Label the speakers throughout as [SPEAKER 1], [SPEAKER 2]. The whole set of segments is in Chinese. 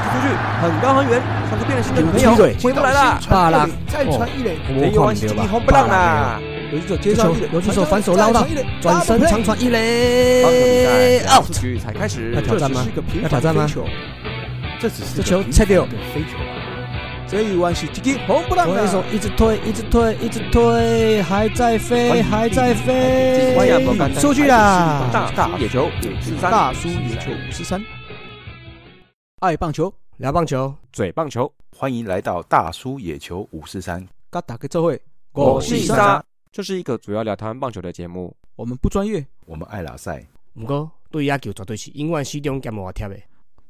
[SPEAKER 1] 很高很远，上次变了心的女朋友
[SPEAKER 2] 踢腿
[SPEAKER 1] 回不来了。
[SPEAKER 2] 巴拉
[SPEAKER 3] 再传一垒，
[SPEAKER 1] 没有
[SPEAKER 2] 我
[SPEAKER 1] 关
[SPEAKER 2] 看
[SPEAKER 1] 系，
[SPEAKER 2] 对
[SPEAKER 1] 一
[SPEAKER 2] 吧
[SPEAKER 1] 红？不让啦。
[SPEAKER 2] 游击手接球，游击手反手捞到，转身长传一
[SPEAKER 3] 哦
[SPEAKER 1] 防守比
[SPEAKER 2] 垒
[SPEAKER 1] 赛出
[SPEAKER 2] 哎 out。
[SPEAKER 1] 局才开始
[SPEAKER 2] 要。挑战吗
[SPEAKER 3] 这只是一个？
[SPEAKER 2] 要
[SPEAKER 3] 平
[SPEAKER 2] 挑
[SPEAKER 3] 凡
[SPEAKER 2] 战吗
[SPEAKER 3] 飞？球，这只
[SPEAKER 2] 这
[SPEAKER 3] 是个
[SPEAKER 2] 球
[SPEAKER 3] 平
[SPEAKER 2] 切
[SPEAKER 3] 凡
[SPEAKER 2] 掉
[SPEAKER 3] 的飞球啊。这一弯是直接红不浪
[SPEAKER 2] 左一手
[SPEAKER 3] 的，
[SPEAKER 2] 一直推，一直推，一直推，还在飞，哎还在
[SPEAKER 3] 哎
[SPEAKER 2] 飞
[SPEAKER 1] 这样不简单，
[SPEAKER 2] 出去啦！
[SPEAKER 1] 大叔野球五四三，
[SPEAKER 3] 大叔野球五十三，爱棒球，
[SPEAKER 2] 聊棒球，
[SPEAKER 1] 嘴棒球，
[SPEAKER 4] 欢迎来到大叔野球五四三，
[SPEAKER 3] 嘎打个这会，
[SPEAKER 2] 我
[SPEAKER 1] 是
[SPEAKER 2] 哦是
[SPEAKER 1] 沙，这是一个主要聊台湾棒球的节目。
[SPEAKER 3] 我们不专业，
[SPEAKER 4] 我们爱拉赛
[SPEAKER 2] 不过对野球绝对是永远始终兼无贴的。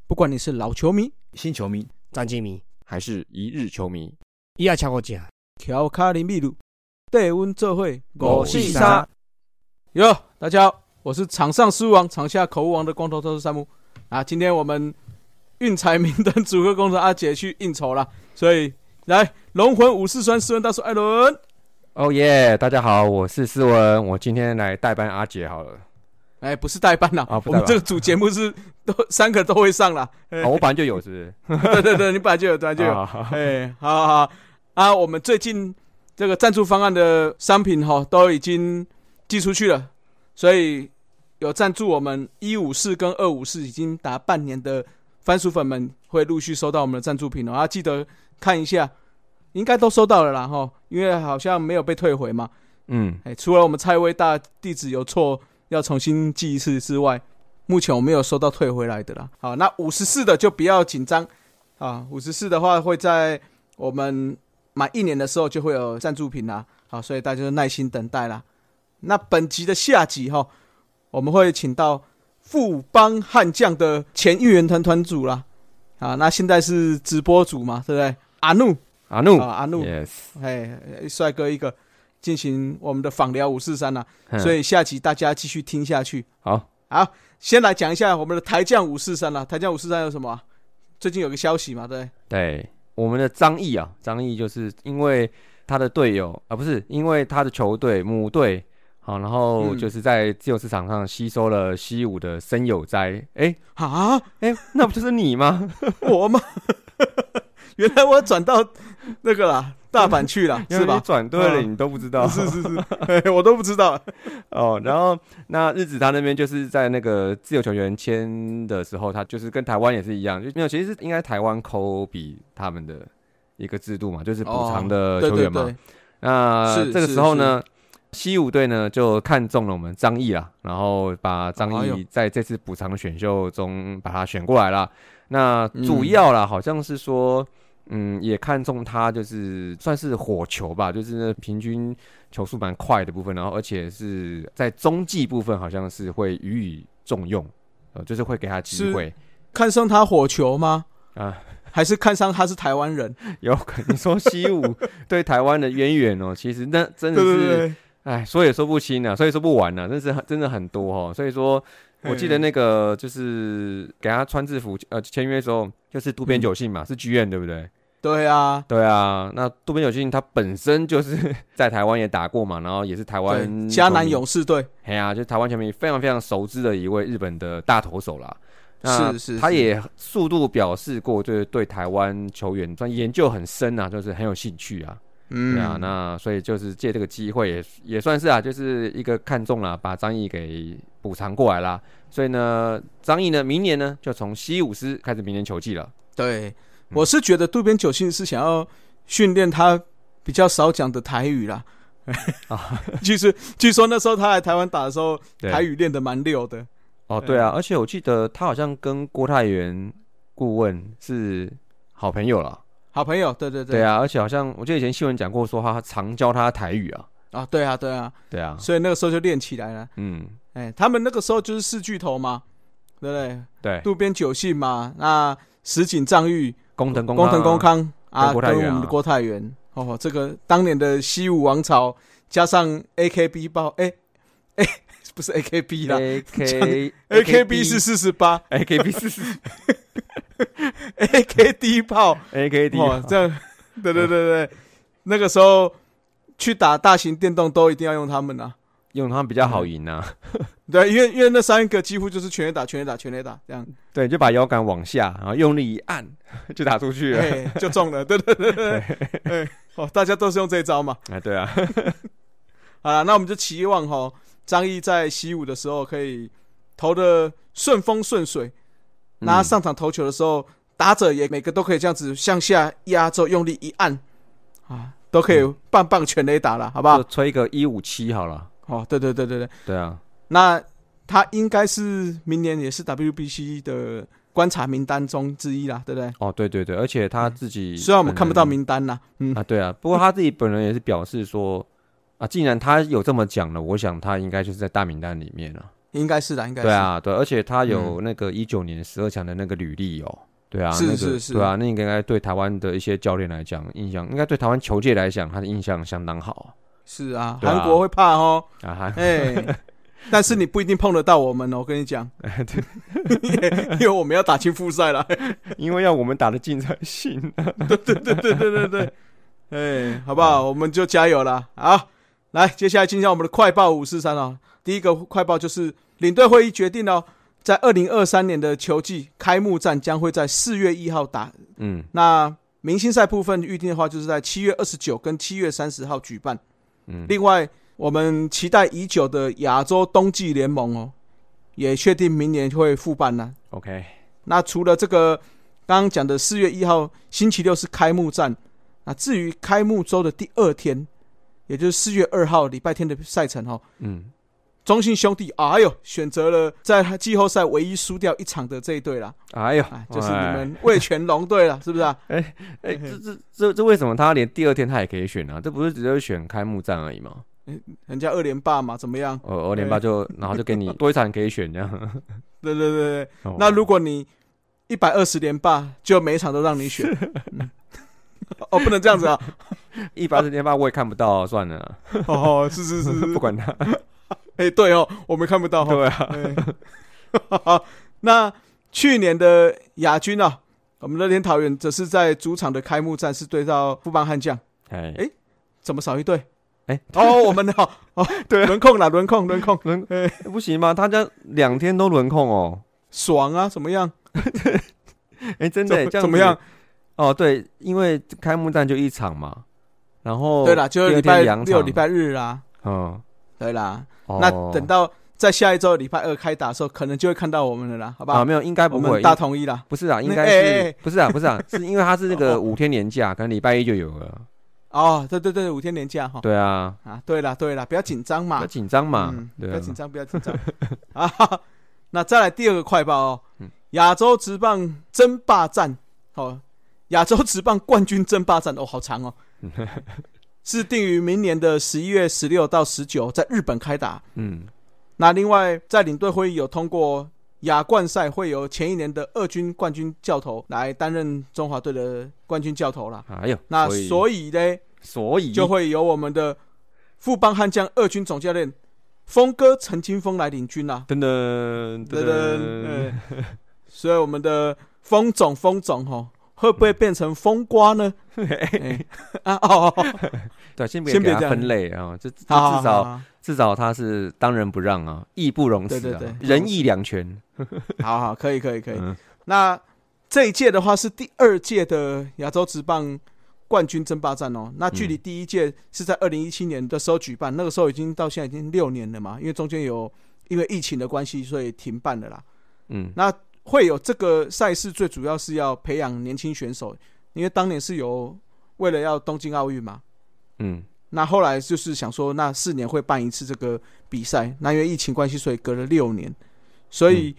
[SPEAKER 3] 不管你是老球迷、
[SPEAKER 4] 新球迷，
[SPEAKER 2] 詹金迷，
[SPEAKER 1] 还是一日球迷。
[SPEAKER 2] 伊也超过正。
[SPEAKER 3] 乔卡林秘鲁，对温这会，
[SPEAKER 1] 我是沙，
[SPEAKER 3] 哟，大家好，我是场上狮王、场下口误王的光头特殊山姆啊。今天我们运彩明灯主客工程阿姐去应酬了，所以来龙魂武士酸斯文大叔艾伦，
[SPEAKER 5] 哦耶！大家好，我是思文，我今天来代班阿杰好了。
[SPEAKER 3] 哎，不是代班啦，
[SPEAKER 5] 啊不
[SPEAKER 3] 我
[SPEAKER 5] 代班
[SPEAKER 3] 们这个主节目是都三个都会上啦。
[SPEAKER 5] 哦，我本来就有 是
[SPEAKER 3] 对对对，你本来就有，本来
[SPEAKER 5] 不，
[SPEAKER 3] 就是有。
[SPEAKER 5] 啊
[SPEAKER 3] 哎，好好好啊！我们最近这个赞助方案的商品哈、都已经寄出去了，所以有赞助我们一五四跟二五四已经达半年的番薯粉们会陆续收到我们的赞助品哦，啊，记得看一下，应该都收到了啦哈、因为好像没有被退回嘛。
[SPEAKER 5] 嗯，
[SPEAKER 3] 哎，除了我们蔡威大地址有错要重新记一次之外，目前我没有收到退回来的啦。好，那五十四的就不要紧张啊，五十四的话会在我们满一年的时候就会有赞助品啦。好，所以大家就耐心等待啦。那本集的下集哈，我们会请到富邦悍将的前预言团团组啦。啊，那现在是直播组嘛，对不对？阿怒
[SPEAKER 5] 阿怒
[SPEAKER 3] 啊，阿怒，
[SPEAKER 5] ，yes，
[SPEAKER 3] 哎，帅哥一个，进行我们的访聊五四三啦，
[SPEAKER 5] 哼
[SPEAKER 3] 所以下集大家继续听下去。
[SPEAKER 5] 嗯好，
[SPEAKER 3] 好，先来讲一下我们的台将五四三啦，台将五四三有什么啊、最近有个消息嘛，对，
[SPEAKER 5] 对我们的张毅啊，张毅就是因为他的队友啊，不是因为他的球队母队，好，然后
[SPEAKER 3] 嗯
[SPEAKER 5] 就是在自由市场上吸收了西武的森友哉，哎
[SPEAKER 3] 啊，
[SPEAKER 5] 哎，那不就是你吗？
[SPEAKER 3] 我吗？ 原来我转到那个啦，大阪去 了，
[SPEAKER 5] 原来
[SPEAKER 3] 是
[SPEAKER 5] 你
[SPEAKER 3] 吧？
[SPEAKER 5] 转对了，
[SPEAKER 3] 嗯
[SPEAKER 5] 你都不知 道，
[SPEAKER 3] 是是是， 哎我都不知 道。
[SPEAKER 5] 哦，然后那日子他那边就是在那个自由球员签的时候，他就是跟台湾也是一样，就没有，其实是应该台湾抠比他们的一个制度嘛，就是补偿的
[SPEAKER 3] 哦对
[SPEAKER 5] 球
[SPEAKER 3] 对
[SPEAKER 5] 员嘛。
[SPEAKER 3] 对，
[SPEAKER 5] 那
[SPEAKER 3] 是
[SPEAKER 5] 这个
[SPEAKER 3] 是
[SPEAKER 5] 时候呢，西武队呢就看中了我们张毅啦，然后把张
[SPEAKER 3] 哎
[SPEAKER 5] 毅
[SPEAKER 3] 呦
[SPEAKER 5] 在这次补偿选秀中把他选过来啦。那主
[SPEAKER 3] 嗯
[SPEAKER 5] 要啦，好像是说，嗯，也看中他就是算是火球吧，就是那平均球速蛮快的部分，然后而且是在中继部分好像是会予以重用，呃，就是会给他机
[SPEAKER 3] 是
[SPEAKER 5] 会。
[SPEAKER 3] 看上他火球吗？
[SPEAKER 5] 啊，
[SPEAKER 3] 还是看上他是台湾人？
[SPEAKER 5] 有可能说西武对台湾的渊源哦，其实那真的是。
[SPEAKER 3] 对，
[SPEAKER 5] 哎，说也说不清啊，所以说不完啊，真是很真的很多哦。所以说，我记得那个就是给他穿制服呃签约的时候，就是渡
[SPEAKER 3] 嗯
[SPEAKER 5] 边久信嘛，是剧院对不对？
[SPEAKER 3] 对啊，
[SPEAKER 5] 对啊，那渡边久信他本身就是 在台湾也打过嘛，然后也是台湾
[SPEAKER 3] 对，迦
[SPEAKER 5] 球
[SPEAKER 3] 南
[SPEAKER 5] 迷
[SPEAKER 3] 勇士队。
[SPEAKER 5] 哎呀、就台湾球迷非常非常熟知的一位日本的大投手啦。那
[SPEAKER 3] 是是
[SPEAKER 5] 他
[SPEAKER 3] 是
[SPEAKER 5] 也速度表示过，就是对台湾球员算研究很深啊，就是很有兴趣啊。
[SPEAKER 3] 嗯
[SPEAKER 5] 对啊，那所以就是借这个机会也也算是啊，就是一个看中了，把张毅给补偿过来啦。所以呢，张毅呢，明年呢就从西武师开始明年球季了。
[SPEAKER 3] 对，
[SPEAKER 5] 嗯
[SPEAKER 3] 我是觉得渡边久信是想要训练他比较少讲的台语 啦。啊，据说据说那时候他来台湾打的时候，
[SPEAKER 5] 对
[SPEAKER 3] 台语练得蛮溜的。
[SPEAKER 5] 哦，对啊，而且我记得他好像跟郭泰源顾问是好朋友了。
[SPEAKER 3] 好朋友，对对
[SPEAKER 5] 对，啊，而且好像我记得以前新闻讲过，说他常教他台语啊。
[SPEAKER 3] 啊对啊对啊，
[SPEAKER 5] 对啊，
[SPEAKER 3] 所以那个时候就练起来了。
[SPEAKER 5] 嗯，
[SPEAKER 3] 哎，他们那个时候就是四巨头嘛，对不对？
[SPEAKER 5] 对，
[SPEAKER 3] 渡边久信嘛，那石井丈裕、
[SPEAKER 5] 工藤公
[SPEAKER 3] 工藤公
[SPEAKER 5] 康啊
[SPEAKER 3] 康啊，
[SPEAKER 5] 跟郭泰
[SPEAKER 3] 跟
[SPEAKER 5] 源啊
[SPEAKER 3] 我们的郭泰源。哦，这个当年的西武王朝加上 AKB 爆，哎哎， 不是 AKB 啦
[SPEAKER 5] A K
[SPEAKER 3] AKB 是四十八
[SPEAKER 5] A K B 四四
[SPEAKER 3] ，AKD 炮，
[SPEAKER 5] A K D
[SPEAKER 3] 哇，这样，对对对对，那个时候去打大型电动都一定要用他们啊。
[SPEAKER 5] 用他们比较好赢啊。
[SPEAKER 3] 对，因为因为那三个几乎就是全垒打、全垒打、全垒打这样，
[SPEAKER 5] 对，就把摇杆往下，然后用力一按 就打出去了。
[SPEAKER 3] 嘿，哎就中了，对对对对对，哎哦，大家都是用这一招嘛。
[SPEAKER 5] 哎，对啊，
[SPEAKER 3] 好了，那我们就期望哈，张毅在西武的时候可以投的顺风顺水，那他上场投球的时候，打者也每个都可以这样子向下压之后用力一按，啊，都可以棒棒全垒打了，好不好
[SPEAKER 5] 就？吹一个一五七好了。
[SPEAKER 3] 哦，对对对对对，
[SPEAKER 5] 对啊，
[SPEAKER 3] 那他应该是明年也是 WBC 的观察名单中之一啦，对不对？
[SPEAKER 5] 哦，对对对，而且他自己
[SPEAKER 3] 虽然我们
[SPEAKER 5] 本
[SPEAKER 3] 看不到
[SPEAKER 5] 人
[SPEAKER 3] 名单啦，嗯，
[SPEAKER 5] 啊，对啊，不过他自己本人也是表示说，啊，既然他有这么讲了，我想他应该就是在大名单里面了。
[SPEAKER 3] 应该是啦，应该是。
[SPEAKER 5] 对，啊，对，而且他有那个一九年十二强的那个履历哦。对啊，
[SPEAKER 3] 是
[SPEAKER 5] 那个
[SPEAKER 3] 是是
[SPEAKER 5] 对啊，那应该对台湾的一些教练来讲，印象应该对台湾球界来讲，他的印象相当好
[SPEAKER 3] 是啊，
[SPEAKER 5] 对啊
[SPEAKER 3] 韩、国会怕哦，
[SPEAKER 5] 啊。还
[SPEAKER 3] 哎、但是你不一定碰得到我们哦，我跟你讲， 因为我们要打进复赛了。
[SPEAKER 5] 因为要我们打的竞才行。
[SPEAKER 3] 对对 对对对，哎、好不好？我们就加油啦！好，来，接下来进行我们的快报五四三哦。第一个快报就是领队会议决定哦，在二零二三年的球季开幕战将会在四月一号打。
[SPEAKER 5] 嗯
[SPEAKER 3] 那明星赛部分预定的话，就是在七月二十九跟七月三十号举办。
[SPEAKER 5] 嗯，
[SPEAKER 3] 另外，我们期待已久的亚洲冬季联盟哦，也确定明年会复办了。
[SPEAKER 5] OK，
[SPEAKER 3] 那除了这个刚刚讲的四月一号星期六是开幕战，那至于开幕周的第二天，也就是四月二号礼拜天的赛程哦，
[SPEAKER 5] 嗯
[SPEAKER 3] 中信兄弟，哎呦，选择了在季后赛唯一输掉一场的这一队啦，
[SPEAKER 5] 哎呦
[SPEAKER 3] 哎，，就是你们魏全龙队啦，是不是啊？
[SPEAKER 5] 哎，哎，这这这这为什么他连第二天他也可以选啊呢？这不是只是选开幕战而已吗？
[SPEAKER 3] 人家二连霸嘛，怎么样？
[SPEAKER 5] 哦，二连八就然后就给你多一场可以选 这样。
[SPEAKER 3] 对对对对，
[SPEAKER 5] 哦
[SPEAKER 3] 那如果你一百二十连霸，就每一场都让你 选。嗯哦，不能这样子啊！
[SPEAKER 5] 一八十连八我也看不到，算了，
[SPEAKER 3] 哦，是是是， 是
[SPEAKER 5] 不管他。
[SPEAKER 3] 哎、对哦，我没看不到、哦。
[SPEAKER 5] 对 啊，
[SPEAKER 3] 好， 那去年的亚军啊，我们乐天桃园则是在主场的开幕战是对到富邦悍将，
[SPEAKER 5] 哎
[SPEAKER 3] 哎怎么少一队？
[SPEAKER 5] 哎，
[SPEAKER 3] 哦，我们的哦，哦
[SPEAKER 5] 对啊
[SPEAKER 3] 轮控啦，轮控，轮控，
[SPEAKER 5] 轮
[SPEAKER 3] 哎
[SPEAKER 5] 不行吗？他家两天都轮控哦。
[SPEAKER 3] 爽啊，怎么样？
[SPEAKER 5] 哎，真
[SPEAKER 3] 怎
[SPEAKER 5] 的
[SPEAKER 3] 么
[SPEAKER 5] 这样子
[SPEAKER 3] 怎么样？？
[SPEAKER 5] 哦，对，因为开幕战就一场嘛，然后
[SPEAKER 3] 对啦，就是
[SPEAKER 5] 哦第
[SPEAKER 3] 礼
[SPEAKER 5] 二
[SPEAKER 3] 拜
[SPEAKER 5] 天两
[SPEAKER 3] 六、
[SPEAKER 5] 场
[SPEAKER 3] 礼拜日啦，
[SPEAKER 5] 嗯，
[SPEAKER 3] 对啦。
[SPEAKER 5] 哦
[SPEAKER 3] 那等到在下一周礼拜二开打的时候，可能就会看到我们了啦，好不
[SPEAKER 5] 啊
[SPEAKER 3] 好？
[SPEAKER 5] 没有，应该
[SPEAKER 3] 我
[SPEAKER 5] 不
[SPEAKER 3] 们
[SPEAKER 5] 会，
[SPEAKER 3] 大同意啦。
[SPEAKER 5] 不是啊，应
[SPEAKER 3] 那
[SPEAKER 5] 该
[SPEAKER 3] 哎哎哎
[SPEAKER 5] 是不是啊？不是啊，是因为他是那
[SPEAKER 3] 哦
[SPEAKER 5] 个五天年假，可能礼拜一就有了。
[SPEAKER 3] 哦，对对对，五天连假哈。
[SPEAKER 5] 对啊，
[SPEAKER 3] 啊，对啦对啦，不要紧张
[SPEAKER 5] 比
[SPEAKER 3] 嘛
[SPEAKER 5] 较。紧张嘛
[SPEAKER 3] 嗯，，
[SPEAKER 5] 对
[SPEAKER 3] 不要
[SPEAKER 5] 啊，
[SPEAKER 3] 紧张，不要紧张 啊。那再来第二个快报哦
[SPEAKER 5] 嗯，
[SPEAKER 3] 亚洲职棒争霸战，哦，亚洲职棒冠军争霸战哦，好长 哦，是定于明年的十一月十六到十九在日本开打。
[SPEAKER 5] 嗯，
[SPEAKER 3] 那另外在领队会议有通过亚冠赛会由前一年的二军冠军教头来担任中华队的冠军教头啦。
[SPEAKER 5] 哎呦，
[SPEAKER 3] 那
[SPEAKER 5] 所以
[SPEAKER 3] 所以呢，
[SPEAKER 5] 所以
[SPEAKER 3] 就会由我们的富邦悍将二军总教练峰哥陈金峰来领军啦、
[SPEAKER 5] 噔噔
[SPEAKER 3] 对对
[SPEAKER 5] 噔噔，，
[SPEAKER 3] 哎所以我们的风总风总吼，会不会变成风瓜呢？哎啊哦，哦哦
[SPEAKER 5] 对，先别
[SPEAKER 3] 先别
[SPEAKER 5] 给他
[SPEAKER 3] 这样
[SPEAKER 5] 分类啊，这这
[SPEAKER 3] 好好
[SPEAKER 5] 至
[SPEAKER 3] 好
[SPEAKER 5] 少
[SPEAKER 3] 好
[SPEAKER 5] 至少他是当仁不让啊，义不容辞啊，
[SPEAKER 3] 对对对
[SPEAKER 5] 仁义两全。
[SPEAKER 3] 好好，可以可以可以。
[SPEAKER 5] 嗯
[SPEAKER 3] 那这一届的话是第二届的亚洲职棒冠军争霸战哦，那距离第一届是在二零一七年的时候举办，那个时候已经到现在已经六年了嘛，因为中间有因为疫情的关系，所以停办了啦。
[SPEAKER 5] 嗯，
[SPEAKER 3] 那会有这个赛事，最主要是要培养年轻选手，因为当年是有为了要东京奥运嘛。
[SPEAKER 5] 嗯，
[SPEAKER 3] 那后来就是想说，那四年会办一次这个比赛，那因为疫情关系，所以隔了六年。所以
[SPEAKER 5] 嗯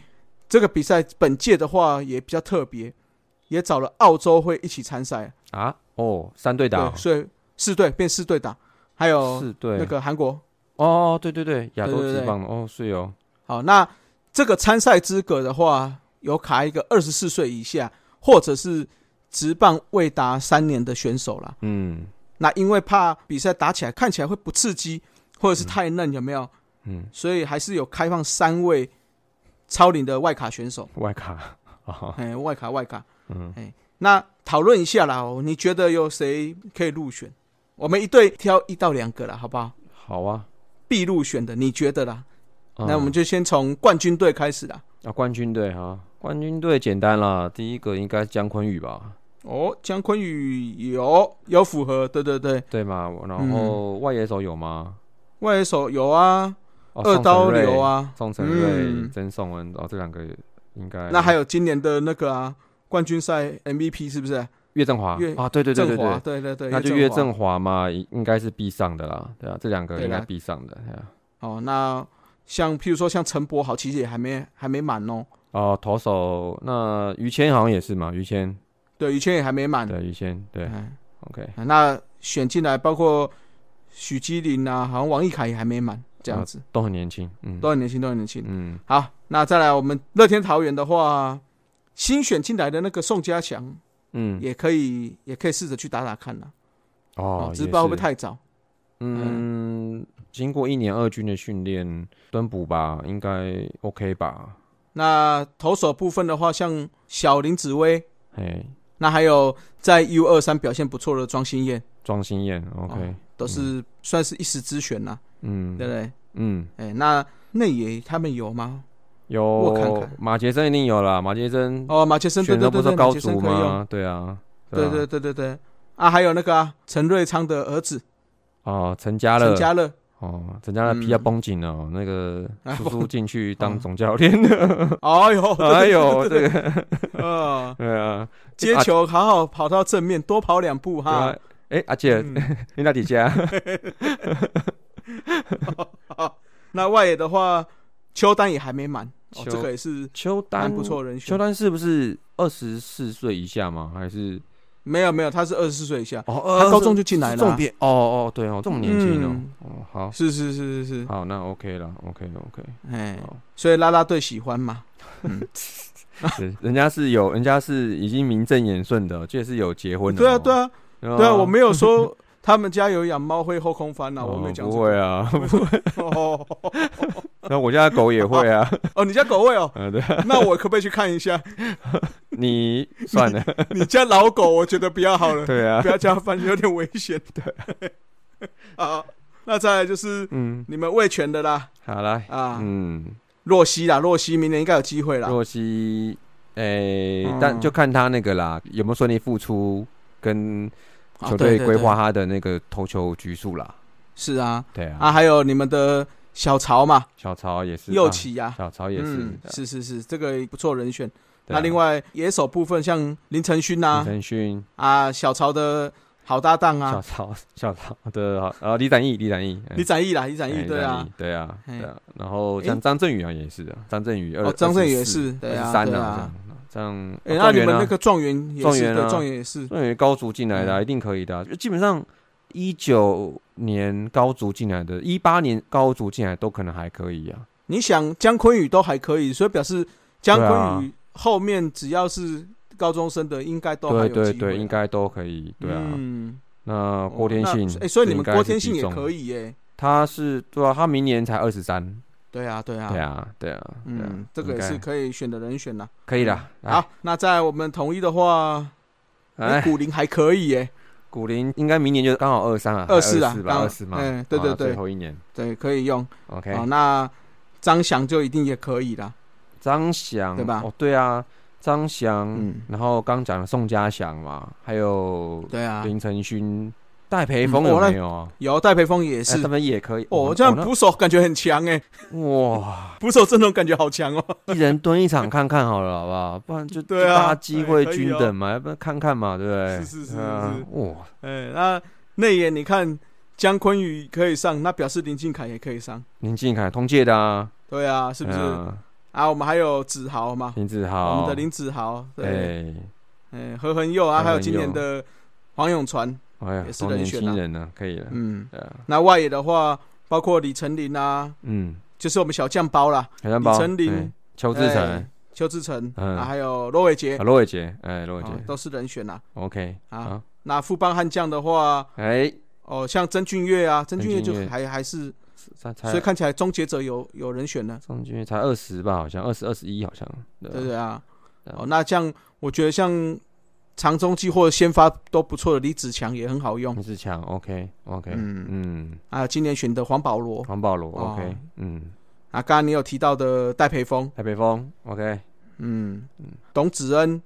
[SPEAKER 3] 这个比赛本届的话也比较特别，也找了澳洲会一起参赛，
[SPEAKER 5] 啊，哦，三对打
[SPEAKER 3] 对，，所以四队变四队打，还有
[SPEAKER 5] 四对，
[SPEAKER 3] 那个韩国。
[SPEAKER 5] 哦，对对对，亚洲
[SPEAKER 3] 对对
[SPEAKER 5] 之
[SPEAKER 3] 对
[SPEAKER 5] 棒的哦，是哦，
[SPEAKER 3] 好，那这个参赛资格的话，有卡一个二十四岁以下，或者是职棒未达三年的选手啦。
[SPEAKER 5] 嗯
[SPEAKER 3] 那因为怕比赛打起来看起来会不刺激，或者是太嫩，有没有？
[SPEAKER 5] 嗯，
[SPEAKER 3] 所以还是有开放三位超龄的外卡选手，
[SPEAKER 5] 外卡 啊，
[SPEAKER 3] 哎，外卡外卡。
[SPEAKER 5] 嗯
[SPEAKER 3] 那讨论一下啦，哦你觉得有谁可以入选？我们一队挑一到两个啦，好不好？
[SPEAKER 5] 好啊，
[SPEAKER 3] 必入选的，你觉得啦？
[SPEAKER 5] 嗯
[SPEAKER 3] 那我们就先从冠军队开始啦。
[SPEAKER 5] 啊，冠军队哈，冠军队简单啦，第一个应该是姜昆宇吧，
[SPEAKER 3] 哦，姜昆宇有有符合，对对对，
[SPEAKER 5] 对吗？然后
[SPEAKER 3] 嗯
[SPEAKER 5] 外野手有吗？
[SPEAKER 3] 外野手有啊，
[SPEAKER 5] 哦
[SPEAKER 3] 二刀流，啊，
[SPEAKER 5] 宋承瑞、
[SPEAKER 3] 嗯
[SPEAKER 5] 曾颂恩，哦，这两个应该。
[SPEAKER 3] 那还
[SPEAKER 5] 有
[SPEAKER 3] 有今年的那个啊冠军赛 MVP 是不是？
[SPEAKER 5] 岳振华
[SPEAKER 3] 岳
[SPEAKER 5] 啊，对对对对
[SPEAKER 3] 振华，
[SPEAKER 5] 对，
[SPEAKER 3] 对对对，
[SPEAKER 5] 那就岳
[SPEAKER 3] 振
[SPEAKER 5] 振
[SPEAKER 3] 华。
[SPEAKER 5] 华嘛，应应该是必上的啦，对啊，这两个
[SPEAKER 3] 对
[SPEAKER 5] 应该
[SPEAKER 3] 啦
[SPEAKER 5] 必上的，对啊
[SPEAKER 3] 哦，那像譬如说像陈柏豪，其实也还没还没满哦，
[SPEAKER 5] 哦，投手那于谦好像也是嘛，于谦，
[SPEAKER 3] 对，于谦也还没满。
[SPEAKER 5] 对于谦，对
[SPEAKER 3] 哎
[SPEAKER 5] ，OK，
[SPEAKER 3] 啊那选进来包括许基林啊，好像王一凯也还没满，这样子、
[SPEAKER 5] 都很年轻，嗯，
[SPEAKER 3] 都很年轻，都很年轻。
[SPEAKER 5] 呃嗯，
[SPEAKER 3] 好，那再来我们乐天桃园的话，新选进来的那个宋家祥
[SPEAKER 5] 嗯，
[SPEAKER 3] 也可以，也可以试着去打打看呐、
[SPEAKER 5] 哦，
[SPEAKER 3] 只
[SPEAKER 5] 也
[SPEAKER 3] 是不知道会不会
[SPEAKER 5] 是
[SPEAKER 3] 太早。
[SPEAKER 5] 嗯，经过一年二军的训练，蹲捕吧，应该 OK 吧？
[SPEAKER 3] 那投手部分的话，像小林紫薇，
[SPEAKER 5] 嘿，
[SPEAKER 3] 那还有在 U 二三表现不错的庄心燕，
[SPEAKER 5] 庄心燕 OK，
[SPEAKER 3] 哦都是算是一时之选呐、
[SPEAKER 5] 嗯
[SPEAKER 3] 对不对？
[SPEAKER 5] 嗯，
[SPEAKER 3] 哎、那内野他们有吗？
[SPEAKER 5] 有
[SPEAKER 3] 我看看
[SPEAKER 5] 马杰森一定有啦，马杰森
[SPEAKER 3] 哦，马杰森，对
[SPEAKER 5] 选
[SPEAKER 3] 对
[SPEAKER 5] 择不
[SPEAKER 3] 对
[SPEAKER 5] 是
[SPEAKER 3] 对，
[SPEAKER 5] 高
[SPEAKER 3] 马杰森
[SPEAKER 5] 足
[SPEAKER 3] 可以用。
[SPEAKER 5] 吗？对啊，
[SPEAKER 3] 对
[SPEAKER 5] 啊
[SPEAKER 3] 对对对对，啊，还有那个啊，陈瑞昌的儿子
[SPEAKER 5] 哦，陈家乐
[SPEAKER 3] 陈家 乐，
[SPEAKER 5] 哦，陈家乐皮要
[SPEAKER 3] 嗯
[SPEAKER 5] 绷紧了哦，那个
[SPEAKER 3] 啊
[SPEAKER 5] 叔叔 进去
[SPEAKER 3] 啊
[SPEAKER 5] 当总教练 的，
[SPEAKER 3] 哎呦，对
[SPEAKER 5] 哎呦，这个
[SPEAKER 3] 对 对啊，
[SPEAKER 5] 对啊，
[SPEAKER 3] 接
[SPEAKER 5] 啊
[SPEAKER 3] 球好好跑到正面，多跑两步
[SPEAKER 5] 对
[SPEAKER 3] 哈
[SPEAKER 5] 啊。哎，阿姐，
[SPEAKER 3] 嗯
[SPEAKER 5] 你哪底家？
[SPEAKER 3] 那外野的话，邱丹也还没满，哦，
[SPEAKER 5] 邱
[SPEAKER 3] 这个也是
[SPEAKER 5] 邱
[SPEAKER 3] 蛮
[SPEAKER 5] 丹
[SPEAKER 3] 不错的人
[SPEAKER 5] 邱
[SPEAKER 3] 选。
[SPEAKER 5] 丹是不是二十四岁以下吗？还是
[SPEAKER 3] 没有没有，他是二十四岁以下，
[SPEAKER 5] 哦，
[SPEAKER 3] 他
[SPEAKER 5] 呃
[SPEAKER 3] 高中就进来了啊
[SPEAKER 5] 重。点哦哦，对哦，这么年轻哦
[SPEAKER 3] 嗯，
[SPEAKER 5] 哦好
[SPEAKER 3] 是是是是是，
[SPEAKER 5] 好，那 OK 了，OK OK，
[SPEAKER 3] 哎
[SPEAKER 5] 好，
[SPEAKER 3] 所以拉拉队喜欢嘛？
[SPEAKER 5] 对，人家 是有，人家是已经名正言顺的，这也是有结婚的，哦
[SPEAKER 3] 对啊对，啊
[SPEAKER 5] 对
[SPEAKER 3] 对啊，我没有说他们家有养猫会后空翻呐，我没有讲
[SPEAKER 5] 哦不
[SPEAKER 3] 这个
[SPEAKER 5] 会啊，
[SPEAKER 3] 哦哦哦
[SPEAKER 5] 那我家的狗也会啊，，
[SPEAKER 3] 哦，你家狗会哦
[SPEAKER 5] 嗯对啊，
[SPEAKER 3] 那我可不可以去看一下？
[SPEAKER 5] 你算 了，
[SPEAKER 3] 你家老狗，我觉得不要好了，
[SPEAKER 5] 对啊
[SPEAKER 3] 不，要加班，有点危险。 对， 好，那再来就是
[SPEAKER 5] 嗯，
[SPEAKER 3] 你们卫权的啦，
[SPEAKER 5] 好来，
[SPEAKER 3] 啊，
[SPEAKER 5] 嗯，
[SPEAKER 3] 洛西啦，洛西明年应该有机会啦。
[SPEAKER 5] 若曦，诶
[SPEAKER 3] 啊嗯，
[SPEAKER 5] 但就看他那个啦，有没有顺利复出跟
[SPEAKER 3] 啊
[SPEAKER 5] 球
[SPEAKER 3] 对
[SPEAKER 5] 队
[SPEAKER 3] 对
[SPEAKER 5] 规划
[SPEAKER 3] 对
[SPEAKER 5] 他的那个投球局数啦，
[SPEAKER 3] 是啊，
[SPEAKER 5] 对啊，
[SPEAKER 3] 啊，还有你们的小曹嘛，
[SPEAKER 5] 小曹也是，
[SPEAKER 3] 右
[SPEAKER 5] 啊
[SPEAKER 3] 起呀，
[SPEAKER 5] 小曹也是
[SPEAKER 3] 嗯，，是是是，这个不错人选。
[SPEAKER 5] 对啊
[SPEAKER 3] 那另外野手部分，像林承勋
[SPEAKER 5] 李
[SPEAKER 3] 呐，
[SPEAKER 5] 承勋、
[SPEAKER 3] 啊，小曹的好搭档
[SPEAKER 5] 小
[SPEAKER 3] 啊，
[SPEAKER 5] 曹、 小曹的呃李展毅、李 展毅、哎
[SPEAKER 3] 李展毅啦，李展
[SPEAKER 5] 哎
[SPEAKER 3] 毅，对啊
[SPEAKER 5] 李展，毅对啊，
[SPEAKER 3] 哎
[SPEAKER 5] 对啊。然后
[SPEAKER 3] 哎
[SPEAKER 5] 像张振宇啊，也是啊，张振宇二
[SPEAKER 3] 哦，张振宇也是，对
[SPEAKER 5] 二
[SPEAKER 3] 啊，
[SPEAKER 5] 十三
[SPEAKER 3] 对
[SPEAKER 5] 啊
[SPEAKER 3] 啊。，
[SPEAKER 5] 这样
[SPEAKER 3] 哎，
[SPEAKER 5] 这
[SPEAKER 3] 那
[SPEAKER 5] 样。
[SPEAKER 3] 你们那
[SPEAKER 5] 那
[SPEAKER 3] 个状元也
[SPEAKER 5] 状
[SPEAKER 3] 是，
[SPEAKER 5] 元
[SPEAKER 3] 对，
[SPEAKER 5] 啊
[SPEAKER 3] 状元也是，
[SPEAKER 5] 状元啊高足进来的啊，
[SPEAKER 3] 嗯
[SPEAKER 5] 一定可以的啊。就基本上一九年高足进来的，一八年高足进来都可能还可以啊。
[SPEAKER 3] 你想姜昆宇都还可以，所以表示姜
[SPEAKER 5] 对啊
[SPEAKER 3] 昆宇后面只要是高中生的，应该都还有
[SPEAKER 5] 对
[SPEAKER 3] 机会啊。
[SPEAKER 5] 对对，应该都可以。对啊，
[SPEAKER 3] 嗯，
[SPEAKER 5] 那郭天
[SPEAKER 3] 哦
[SPEAKER 5] 信
[SPEAKER 3] 那哎，所以你
[SPEAKER 5] 应
[SPEAKER 3] 们
[SPEAKER 5] 该
[SPEAKER 3] 郭
[SPEAKER 5] 是
[SPEAKER 3] 天
[SPEAKER 5] 集
[SPEAKER 3] 信也
[SPEAKER 5] 中
[SPEAKER 3] 可以耶。
[SPEAKER 5] 他是对啊，他明年才二十三。
[SPEAKER 3] 对啊，对啊，
[SPEAKER 5] 对啊，对啊，对啊
[SPEAKER 3] 嗯，这个也
[SPEAKER 5] 应该
[SPEAKER 3] 是可以选的人选呐。啊
[SPEAKER 5] 可以的。来
[SPEAKER 3] 好，，那在我们统一的话，哎，
[SPEAKER 5] 哎，
[SPEAKER 3] 古林还可以耶，
[SPEAKER 5] 古林应该明年就刚好二三啊，
[SPEAKER 3] 24啊
[SPEAKER 5] 24
[SPEAKER 3] 刚
[SPEAKER 5] 吧，
[SPEAKER 3] 好
[SPEAKER 5] 二四嘛，
[SPEAKER 3] 嗯对
[SPEAKER 5] 好
[SPEAKER 3] 对
[SPEAKER 5] 那
[SPEAKER 3] 对啊
[SPEAKER 5] 最后一年
[SPEAKER 3] 对，可以用。
[SPEAKER 5] ，OK，
[SPEAKER 3] 好，哦那张翔就一定也可以啦。
[SPEAKER 5] 张翔
[SPEAKER 3] 对吧
[SPEAKER 5] 哦，对啊，张翔，
[SPEAKER 3] 嗯，
[SPEAKER 5] 然后刚讲的宋家祥嘛，还有
[SPEAKER 3] 对啊，
[SPEAKER 5] 林承勋、戴培峰
[SPEAKER 3] 嗯哦
[SPEAKER 5] 有
[SPEAKER 3] 那
[SPEAKER 5] 没有啊？
[SPEAKER 3] 有戴培峰也
[SPEAKER 5] 哎
[SPEAKER 3] 是
[SPEAKER 5] 他。们也可以
[SPEAKER 3] 哦，这样捕手感觉很强哎，
[SPEAKER 5] 那 哇，
[SPEAKER 3] 捕手阵容感觉好强哦。
[SPEAKER 5] 一人蹲一场看看好了，好不好？不然 就
[SPEAKER 3] 对啊
[SPEAKER 5] 大家机会均
[SPEAKER 3] 哎可以哦
[SPEAKER 5] 等嘛，要不然看看嘛，对不对？
[SPEAKER 3] 是是是
[SPEAKER 5] 对啊
[SPEAKER 3] 是
[SPEAKER 5] 哇，
[SPEAKER 3] 哎，那内野你看姜昆宇可以上，那表示林敬凯也可以上。
[SPEAKER 5] 林靖凯通届的啊，
[SPEAKER 3] 对啊，是不是？
[SPEAKER 5] 对啊
[SPEAKER 3] 啊，我们还有子豪嘛，
[SPEAKER 5] 林子
[SPEAKER 3] 我们
[SPEAKER 5] 豪
[SPEAKER 3] 的，林子豪，对，
[SPEAKER 5] 哎，
[SPEAKER 3] 哎，何恒佑啊，
[SPEAKER 5] 何
[SPEAKER 3] 还有
[SPEAKER 5] 恒
[SPEAKER 3] 今年
[SPEAKER 5] 佑
[SPEAKER 3] 的黄永传，
[SPEAKER 5] 哎呀
[SPEAKER 3] 也，是
[SPEAKER 5] 都年
[SPEAKER 3] 人选啊
[SPEAKER 5] 轻人呢，可以了，
[SPEAKER 3] 嗯，
[SPEAKER 5] 对啊
[SPEAKER 3] 那外野的话，包括李成林啊，
[SPEAKER 5] 嗯，
[SPEAKER 3] 就是我们小酱包啦，
[SPEAKER 5] 海山包，
[SPEAKER 3] 李成林
[SPEAKER 5] 哎邱
[SPEAKER 3] 邱
[SPEAKER 5] 志成、、
[SPEAKER 3] 邱志成，
[SPEAKER 5] 嗯
[SPEAKER 3] 啊，还有罗伟杰
[SPEAKER 5] 啊，，罗伟杰，哎，罗伟
[SPEAKER 3] 啊
[SPEAKER 5] 杰
[SPEAKER 3] 都是人选啦。
[SPEAKER 5] ，OK，
[SPEAKER 3] 啊
[SPEAKER 5] 好，
[SPEAKER 3] 那富邦悍将的话，
[SPEAKER 5] 哎，
[SPEAKER 3] 哦，像曾俊岳啊，曾俊岳就
[SPEAKER 5] 曾俊岳
[SPEAKER 3] 还还是，
[SPEAKER 5] 才才
[SPEAKER 3] 所以看起来终结者有有人选了，
[SPEAKER 5] 宋俊才二十吧，好像二十二十一，好像对
[SPEAKER 3] 对对啊，
[SPEAKER 5] 对啊
[SPEAKER 3] 哦，那像我觉得像长中继或者先发都不错的李子强也很好用
[SPEAKER 5] 林志强，OK OK，
[SPEAKER 3] 嗯
[SPEAKER 5] 嗯嗯，
[SPEAKER 3] 啊，今年选的黄保罗，
[SPEAKER 5] 黄保罗
[SPEAKER 3] 哦
[SPEAKER 5] ，OK，嗯，
[SPEAKER 3] 啊，刚刚你有提到的戴培峰，
[SPEAKER 5] 台北风，OK，
[SPEAKER 3] 嗯，董子恩，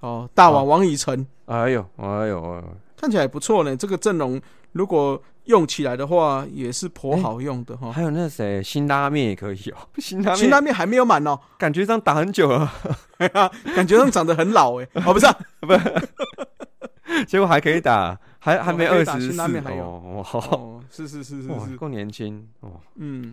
[SPEAKER 3] 哦，大
[SPEAKER 5] 好
[SPEAKER 3] 王王以诚，
[SPEAKER 5] 哎呦，哎呦，哎呦
[SPEAKER 3] 看起来不错呢。这个阵容如果用起来的话，也是颇好用的哈。
[SPEAKER 5] 还有那谁，辛拉面也可以哦，辛 拉
[SPEAKER 3] 辛
[SPEAKER 5] 面
[SPEAKER 3] 拉面还没有满哦，
[SPEAKER 5] 感觉这样打很久了，
[SPEAKER 3] 感觉上长得很老哎、哦，不是啊、
[SPEAKER 5] 结果还可以打，还还没
[SPEAKER 3] 还可
[SPEAKER 5] 二
[SPEAKER 3] 以打
[SPEAKER 5] 十
[SPEAKER 3] 辛
[SPEAKER 5] 四
[SPEAKER 3] 拉面还有
[SPEAKER 5] 哦，哇
[SPEAKER 3] 哦，是是是是
[SPEAKER 5] 哇
[SPEAKER 3] 是，
[SPEAKER 5] 够年轻哦，
[SPEAKER 3] 嗯。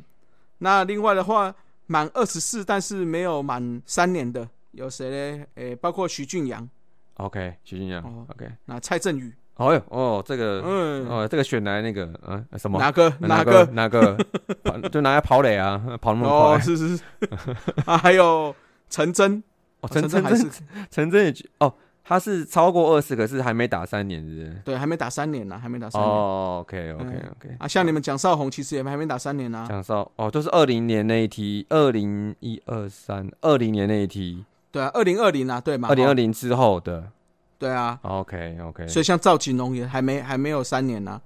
[SPEAKER 3] 那另外的话，满二十四但是没有满三年的有谁嘞？诶、包括徐俊阳，
[SPEAKER 5] OK，徐俊阳
[SPEAKER 3] 哦
[SPEAKER 5] ，OK，
[SPEAKER 3] 那蔡振宇，
[SPEAKER 5] 哎呦，哦，这个，
[SPEAKER 3] 嗯，
[SPEAKER 5] 哦，这个选来那个，嗯，什么？
[SPEAKER 3] 哪个哪
[SPEAKER 5] 哪
[SPEAKER 3] 个？
[SPEAKER 5] 哪个？跑 就拿来跑垒啊，跑那么
[SPEAKER 3] 哦，
[SPEAKER 5] 快。
[SPEAKER 3] 是是是 啊，还有陈真，
[SPEAKER 5] 哦，
[SPEAKER 3] 陈
[SPEAKER 5] 陈陈
[SPEAKER 3] 还是
[SPEAKER 5] 真陈真也觉哦，他是超过二十，可是还没打三年，是不是？
[SPEAKER 3] 对，还没打三年呢，还没打三年
[SPEAKER 5] 哦，OK OK OK。
[SPEAKER 3] 啊。像你们蒋少红，其实也还没打三年啊呢。
[SPEAKER 5] 蒋少哦，就是二零年那一批，二零一二三，二零年那一批，
[SPEAKER 3] 对啊，二零二零啊，对嘛？
[SPEAKER 5] 二零二
[SPEAKER 3] 哦，
[SPEAKER 5] 零之后的。
[SPEAKER 3] 对啊。
[SPEAKER 5] OK OK，
[SPEAKER 3] 所以像赵景龙也还没还没有三年呢，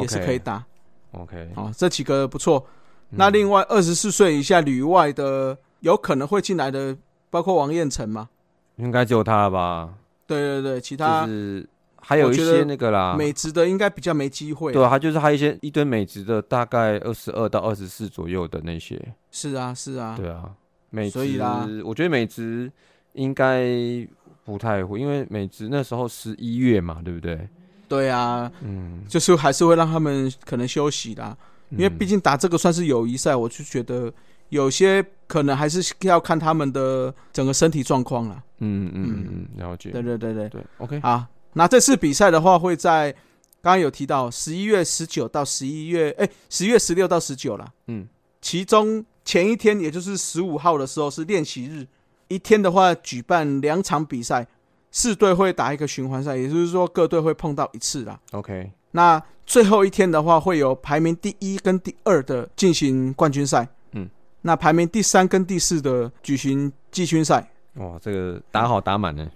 [SPEAKER 3] 也是可以打
[SPEAKER 5] OK。嗯
[SPEAKER 3] 哦。这几个不错。那另外二十四岁以下旅外的有可能会进来的，包括王彦辰嘛。
[SPEAKER 5] 应该只有他了吧？
[SPEAKER 3] 对对对，其他
[SPEAKER 5] 就是还有
[SPEAKER 3] 我
[SPEAKER 5] 一
[SPEAKER 3] 觉
[SPEAKER 5] 些
[SPEAKER 3] 得
[SPEAKER 5] 那个啦，
[SPEAKER 3] 美职的应该比较没机会。
[SPEAKER 5] 对啊，他就是还有一些一堆美职的，大概二十二到二十四左右的那些。
[SPEAKER 3] 是啊是啊，
[SPEAKER 5] 对啊，美
[SPEAKER 3] 所以啦
[SPEAKER 5] 职，我觉得美职应该不太会，因为美职那时候十一月嘛，对不对？
[SPEAKER 3] 对啊，
[SPEAKER 5] 嗯，
[SPEAKER 3] 就是还是会让他们可能休息啦。因为毕竟打这个算是友谊赛，我就觉得有些可能还是要看他们的整个身体状况了。
[SPEAKER 5] 嗯，嗯嗯嗯嗯，了解。
[SPEAKER 3] 对对对对，
[SPEAKER 5] 对，OK，
[SPEAKER 3] 啊，那这次比赛的话会在刚刚有提到十一月十九到十一月，哎，十月十六到十九啦。
[SPEAKER 5] 嗯，
[SPEAKER 3] 其中前一天也就是十五号的时候是练习日，一天的话举办两场比赛，四队会打一个循环赛，也就是说各队会碰到一次啦。
[SPEAKER 5] ，OK，
[SPEAKER 3] 那最后一天的话，会有排名第一跟第二的进行冠军赛，
[SPEAKER 5] 嗯，
[SPEAKER 3] 那排名第三跟第四的举行季军赛。
[SPEAKER 5] 哇，这个打好打满呢。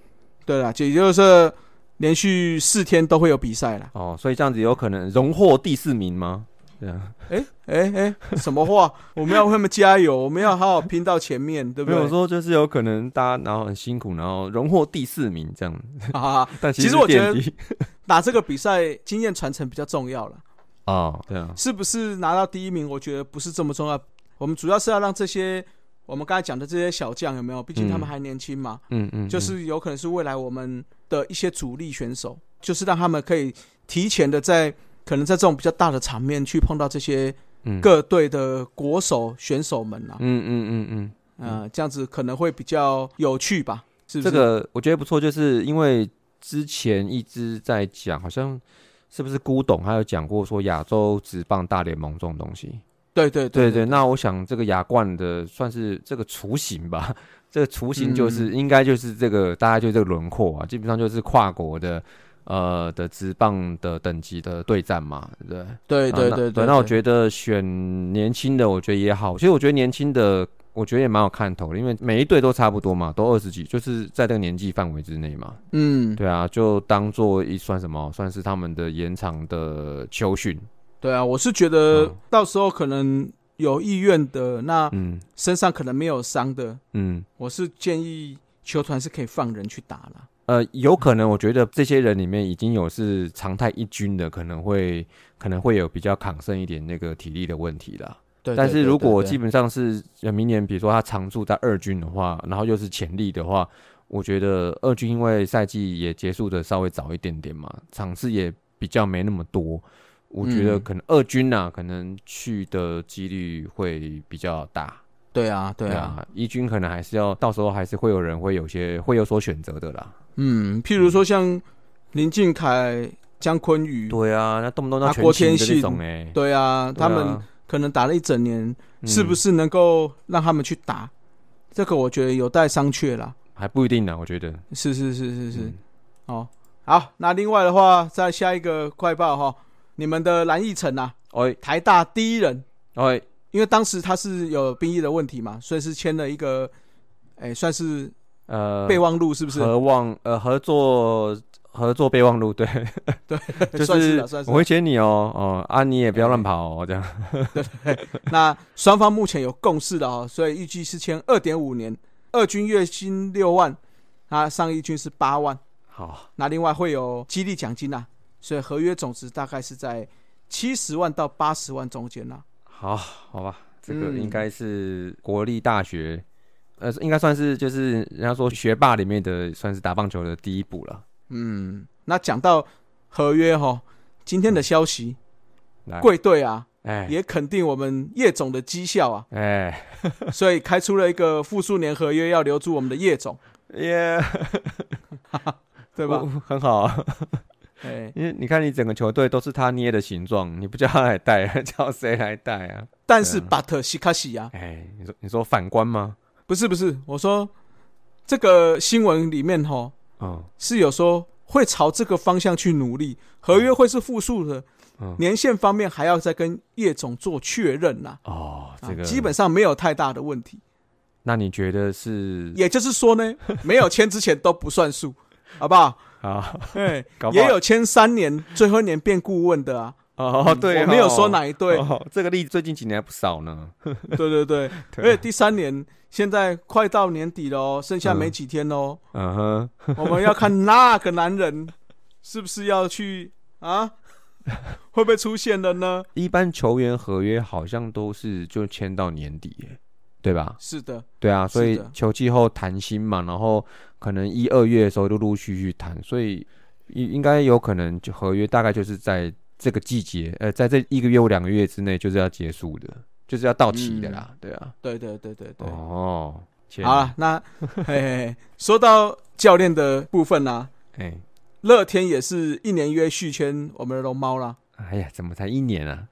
[SPEAKER 3] 对了，也就是连续四天都会有比赛了。
[SPEAKER 5] 哦，所以这样子有可能荣获第四名吗？对啊，
[SPEAKER 3] 哎哎，什么话？ 我们要为他们加油，我们要好好拼到前面，对不
[SPEAKER 5] 没有
[SPEAKER 3] 对？
[SPEAKER 5] 说就是有可能大家然后很辛苦，然后荣获第四名这样，
[SPEAKER 3] 啊，
[SPEAKER 5] 但
[SPEAKER 3] 其
[SPEAKER 5] 实
[SPEAKER 3] 实我觉得
[SPEAKER 5] 垫底
[SPEAKER 3] 打这个比赛经验传承比较重要了，
[SPEAKER 5] 哦， 对啊，
[SPEAKER 3] 是不是拿到第一名？我觉得不是这么重要，我们主要是要让这些我们刚才讲的这些小将有没有？毕竟他们
[SPEAKER 5] 嗯
[SPEAKER 3] 还年轻嘛，
[SPEAKER 5] 嗯嗯，
[SPEAKER 3] 就
[SPEAKER 5] 嗯
[SPEAKER 3] 是有可能是未来我们的一些主力选手，就是让他们可以提前的在可能在这种比较大的场面去碰到这些
[SPEAKER 5] 嗯
[SPEAKER 3] 各队的国手选手们啊，
[SPEAKER 5] 嗯嗯嗯嗯，
[SPEAKER 3] 嗯、这样子可能会比较有趣吧？是不
[SPEAKER 5] 这
[SPEAKER 3] 是？
[SPEAKER 5] 个我觉得不错，就是因为之前一直在讲，好像是不是古董还有讲过说亚洲职棒大联盟这种东西。
[SPEAKER 3] 对对
[SPEAKER 5] 对
[SPEAKER 3] 对
[SPEAKER 5] 对，那我想这个亚冠的算是这个雏形吧， 这个雏形就是、
[SPEAKER 3] 嗯
[SPEAKER 5] 应该就是这个大概就这个轮廓啊，基本上就是跨国的呃的职棒的等级的对战嘛，对不
[SPEAKER 3] 对
[SPEAKER 5] 对？
[SPEAKER 3] 对
[SPEAKER 5] 啊那
[SPEAKER 3] 对对，
[SPEAKER 5] 那我觉得选年轻的，我觉得也好。其实我觉得年轻的，我觉得也蛮有看头的，因为每一队都差不多嘛，都二十几，就是在这个年纪范围之内嘛。
[SPEAKER 3] 嗯，
[SPEAKER 5] 对啊，就当做一算什么，算是他们的延长的秋训。
[SPEAKER 3] 对啊，我是觉得
[SPEAKER 5] 嗯
[SPEAKER 3] 到时候可能有意愿的，那
[SPEAKER 5] 嗯
[SPEAKER 3] 身上可能没有伤的，
[SPEAKER 5] 嗯，
[SPEAKER 3] 我是建议球团是可以放人去打了。
[SPEAKER 5] 呃，有可能我觉得这些人里面已经有是常态一军的，可能会可能会有比较抗胜一点那个体力的问题啦。
[SPEAKER 3] 对，
[SPEAKER 5] 但是如果
[SPEAKER 3] 基
[SPEAKER 5] 基
[SPEAKER 3] 本
[SPEAKER 5] 本上是呃明年，比如说他常驻在二军的话，然后又是潜力的话，我觉得二军因为赛季也结束的稍微早一点点嘛，场次也比较没那么多，我觉得
[SPEAKER 3] 嗯
[SPEAKER 5] 可能二军啊，可能去的几率会比较大。
[SPEAKER 3] 对啊，对啊，
[SPEAKER 5] 啊，一军可能还是要到时候还是会有人会有些会有所选择的啦。
[SPEAKER 3] 嗯，譬如说像林俊凯、江坤宇，
[SPEAKER 5] 对啊，那动不动到
[SPEAKER 3] 啊
[SPEAKER 5] 全
[SPEAKER 3] 郭
[SPEAKER 5] 勤
[SPEAKER 3] 天
[SPEAKER 5] 的
[SPEAKER 3] 信
[SPEAKER 5] 那种哎，
[SPEAKER 3] 对啊，
[SPEAKER 5] 对
[SPEAKER 3] 他
[SPEAKER 5] 啊
[SPEAKER 3] 们可能打了一整年，
[SPEAKER 5] 嗯
[SPEAKER 3] 是不是能够让他们去打？这个我觉得有待商榷啦。
[SPEAKER 5] 还不一定啊呢？我觉得
[SPEAKER 3] 是是是是是，
[SPEAKER 5] 嗯
[SPEAKER 3] 哦，好，那另外的话，再下一个快报哈、你们的蓝奕晨啊，
[SPEAKER 5] 哎
[SPEAKER 3] 台大第一人，
[SPEAKER 5] 哎
[SPEAKER 3] 因为当时他是有兵役的问题嘛，所以是签了一个，哎、算是
[SPEAKER 5] 呃，
[SPEAKER 3] 备忘录，是不是？
[SPEAKER 5] 合望呃合作合作备忘录， 对，就
[SPEAKER 3] 算是
[SPEAKER 5] 是
[SPEAKER 3] 了，算是
[SPEAKER 5] 我
[SPEAKER 3] 啦。
[SPEAKER 5] 会签你哦，哦啊，你也不要乱跑哦，这样。
[SPEAKER 3] 那双方目前有共识了哦，所以预计是签二点五年，二军月薪六万，啊，上一军是八万，
[SPEAKER 5] 好，
[SPEAKER 3] 那另外会有激励奖金呐、啊所以合约总值大概是在七十万到八十万中间呐、
[SPEAKER 5] 好，好吧，这个
[SPEAKER 3] 嗯
[SPEAKER 5] 应该是国立大学，呃，应该算是就是人家说学霸里面的，算是打棒球的第一步了。
[SPEAKER 3] 嗯，那讲到合约哈，今天的消息，
[SPEAKER 5] 嗯来，
[SPEAKER 3] 贵队啊
[SPEAKER 5] 哎
[SPEAKER 3] 也肯定我们叶总的绩效 啊，
[SPEAKER 5] 哎
[SPEAKER 3] 所以开出了一个复数年合约，要留住我们的叶总，
[SPEAKER 5] 耶，
[SPEAKER 3] 对
[SPEAKER 5] 对
[SPEAKER 3] 吧？？
[SPEAKER 5] 很好啊，
[SPEAKER 3] 哎，
[SPEAKER 5] 因为你看你整个球队都是他捏的形状，你不叫他来带， 叫谁来带啊？
[SPEAKER 3] 但是
[SPEAKER 5] 对啊
[SPEAKER 3] but 西卡西啊，
[SPEAKER 5] 哎，你说你说反观吗？
[SPEAKER 3] 不是不是，我说这个新闻里面哈
[SPEAKER 5] 嗯，
[SPEAKER 3] 是有说会朝这个方向去努力，合约会是复数的，
[SPEAKER 5] 嗯
[SPEAKER 3] 年限方面还要再跟叶总做确认呐、
[SPEAKER 5] 哦，
[SPEAKER 3] 啊
[SPEAKER 5] 这个
[SPEAKER 3] 基本，上没有太大的问题。
[SPEAKER 5] 那你觉得是
[SPEAKER 3] 也就是说 呢，没有签之前都不算数，好不好？
[SPEAKER 5] 啊？
[SPEAKER 3] 哎，
[SPEAKER 5] 搞不好
[SPEAKER 3] 也有签三年，最后一年变顾问的啊。
[SPEAKER 5] 哦，
[SPEAKER 3] 嗯
[SPEAKER 5] 对哦，
[SPEAKER 3] 我没有说哪一队。
[SPEAKER 5] 哦，这个例子最近几年还不少呢。
[SPEAKER 3] 对对对，而且第三年现在快到年底了哦，剩下没几天喽，
[SPEAKER 5] 嗯 哼，
[SPEAKER 3] 我们要看那个男人是不是要去啊？会不会出现了呢？
[SPEAKER 5] 一般球员合约好像都是就签到年底耶，对吧？
[SPEAKER 3] 是的，
[SPEAKER 5] 对啊，所
[SPEAKER 3] 是
[SPEAKER 5] 以
[SPEAKER 3] 的
[SPEAKER 5] 球季后谈薪嘛，然后可能一二月的时候陆陆续续谈，所以应应该有可能就合约大概就是在这个季节，呃，在这一个月或两个月之内就是要结束的，就是要到期的啦，对啊。
[SPEAKER 3] 对对对对对。
[SPEAKER 5] 哦，天
[SPEAKER 3] 好，了，那嘿嘿嘿，说到教练的部分啦、
[SPEAKER 5] 哎，
[SPEAKER 3] 乐天也是一年约续签我们的龙猫啦。
[SPEAKER 5] 哎呀，怎么才一年啊？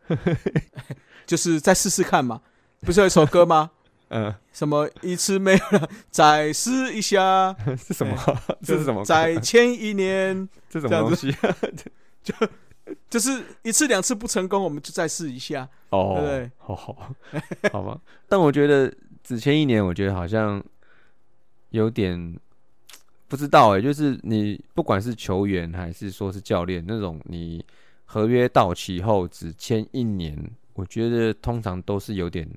[SPEAKER 3] 就是再试试看嘛。不是有一首歌 吗？
[SPEAKER 5] 嗯，
[SPEAKER 3] 什么一次没有了，再试一下，
[SPEAKER 5] 是什么？ 这是什么？
[SPEAKER 3] 再签一年，
[SPEAKER 5] 这
[SPEAKER 3] 这
[SPEAKER 5] 什么
[SPEAKER 3] 样
[SPEAKER 5] 东西？
[SPEAKER 3] 就是一次两次不成功，我们就再试一下。
[SPEAKER 5] 哦，
[SPEAKER 3] 对不对
[SPEAKER 5] 好好好吧。 但我觉得只签一年，我觉得好像有点不知道哎、就是你不管是球员还是说是教练那种，你合约到期后只签一年，我觉得通常都是有点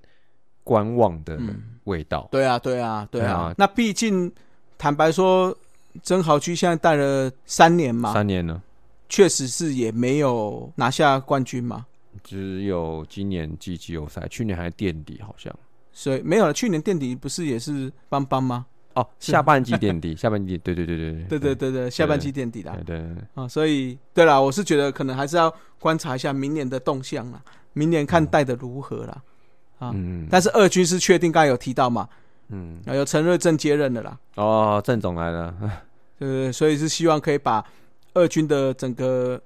[SPEAKER 5] 观望的
[SPEAKER 3] 嗯，
[SPEAKER 5] 味道。
[SPEAKER 3] 对啊，对啊，对
[SPEAKER 5] 对
[SPEAKER 3] 啊
[SPEAKER 5] 啊。
[SPEAKER 3] 那毕竟，坦白说，曾豪居现在带了三年嘛，
[SPEAKER 5] 三年了，
[SPEAKER 3] 确实是也没有拿下冠军嘛，
[SPEAKER 5] 只有今年季季后赛，去年还垫底好像。
[SPEAKER 3] 所以没有了。去年垫底不是也是邦邦吗？
[SPEAKER 5] 哦，下半季垫底，下半季对对对对
[SPEAKER 3] 对对对对，下半季垫底啦
[SPEAKER 5] 对。对嗯对
[SPEAKER 3] 啊，所以对啦，我是觉得可能还是要观察一下明年的动向啦，明年看带的如何啦。啊
[SPEAKER 5] 嗯，
[SPEAKER 3] 但是二军是确定，刚才有提到嘛，
[SPEAKER 5] 嗯
[SPEAKER 3] 啊，有陈瑞正接任的啦，
[SPEAKER 5] 哦，郑总来了，
[SPEAKER 3] 对不对？所以是希望可以把二军的整个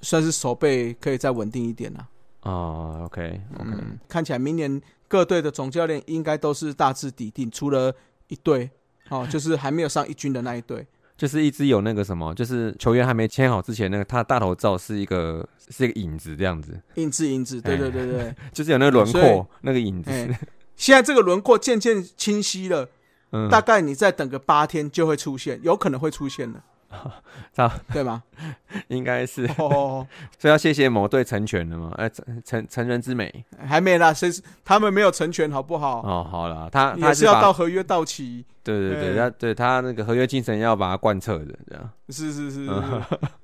[SPEAKER 3] 算是手背可以再稳定一点啦。
[SPEAKER 5] 哦，OK OK，、
[SPEAKER 3] 嗯，看起来明年各队的总教练应该都是大致底定，除了一队。 哦，就是还没有上一军的那一队，
[SPEAKER 5] 就是一直有那个什么，就是球员还没签好之前，那个他的大头照是一个是一个影子这样子，
[SPEAKER 3] 印制印制，对对对对，
[SPEAKER 5] 就是有那个轮
[SPEAKER 3] 啊所以
[SPEAKER 5] 廓那个影子，
[SPEAKER 3] 哎、现在这个轮廓渐渐清晰了，
[SPEAKER 5] 嗯，，
[SPEAKER 3] 大概你再等个八天就会出现，有可能会出现的
[SPEAKER 5] 差
[SPEAKER 3] 对吗？
[SPEAKER 5] 应该是，
[SPEAKER 3] 哦，
[SPEAKER 5] 所以要谢谢某队成全了嘛，哎、成成成人之美
[SPEAKER 3] 还没啦，谁他们没有成全，好不好？
[SPEAKER 5] 哦，好了，他
[SPEAKER 3] 也
[SPEAKER 5] 他
[SPEAKER 3] 是
[SPEAKER 5] 把
[SPEAKER 3] 要到合约到期，
[SPEAKER 5] 对对对，
[SPEAKER 3] 哎
[SPEAKER 5] 他对他那个合约精神要把它贯彻的这样，
[SPEAKER 3] 是是是是。
[SPEAKER 5] 嗯
[SPEAKER 3] 是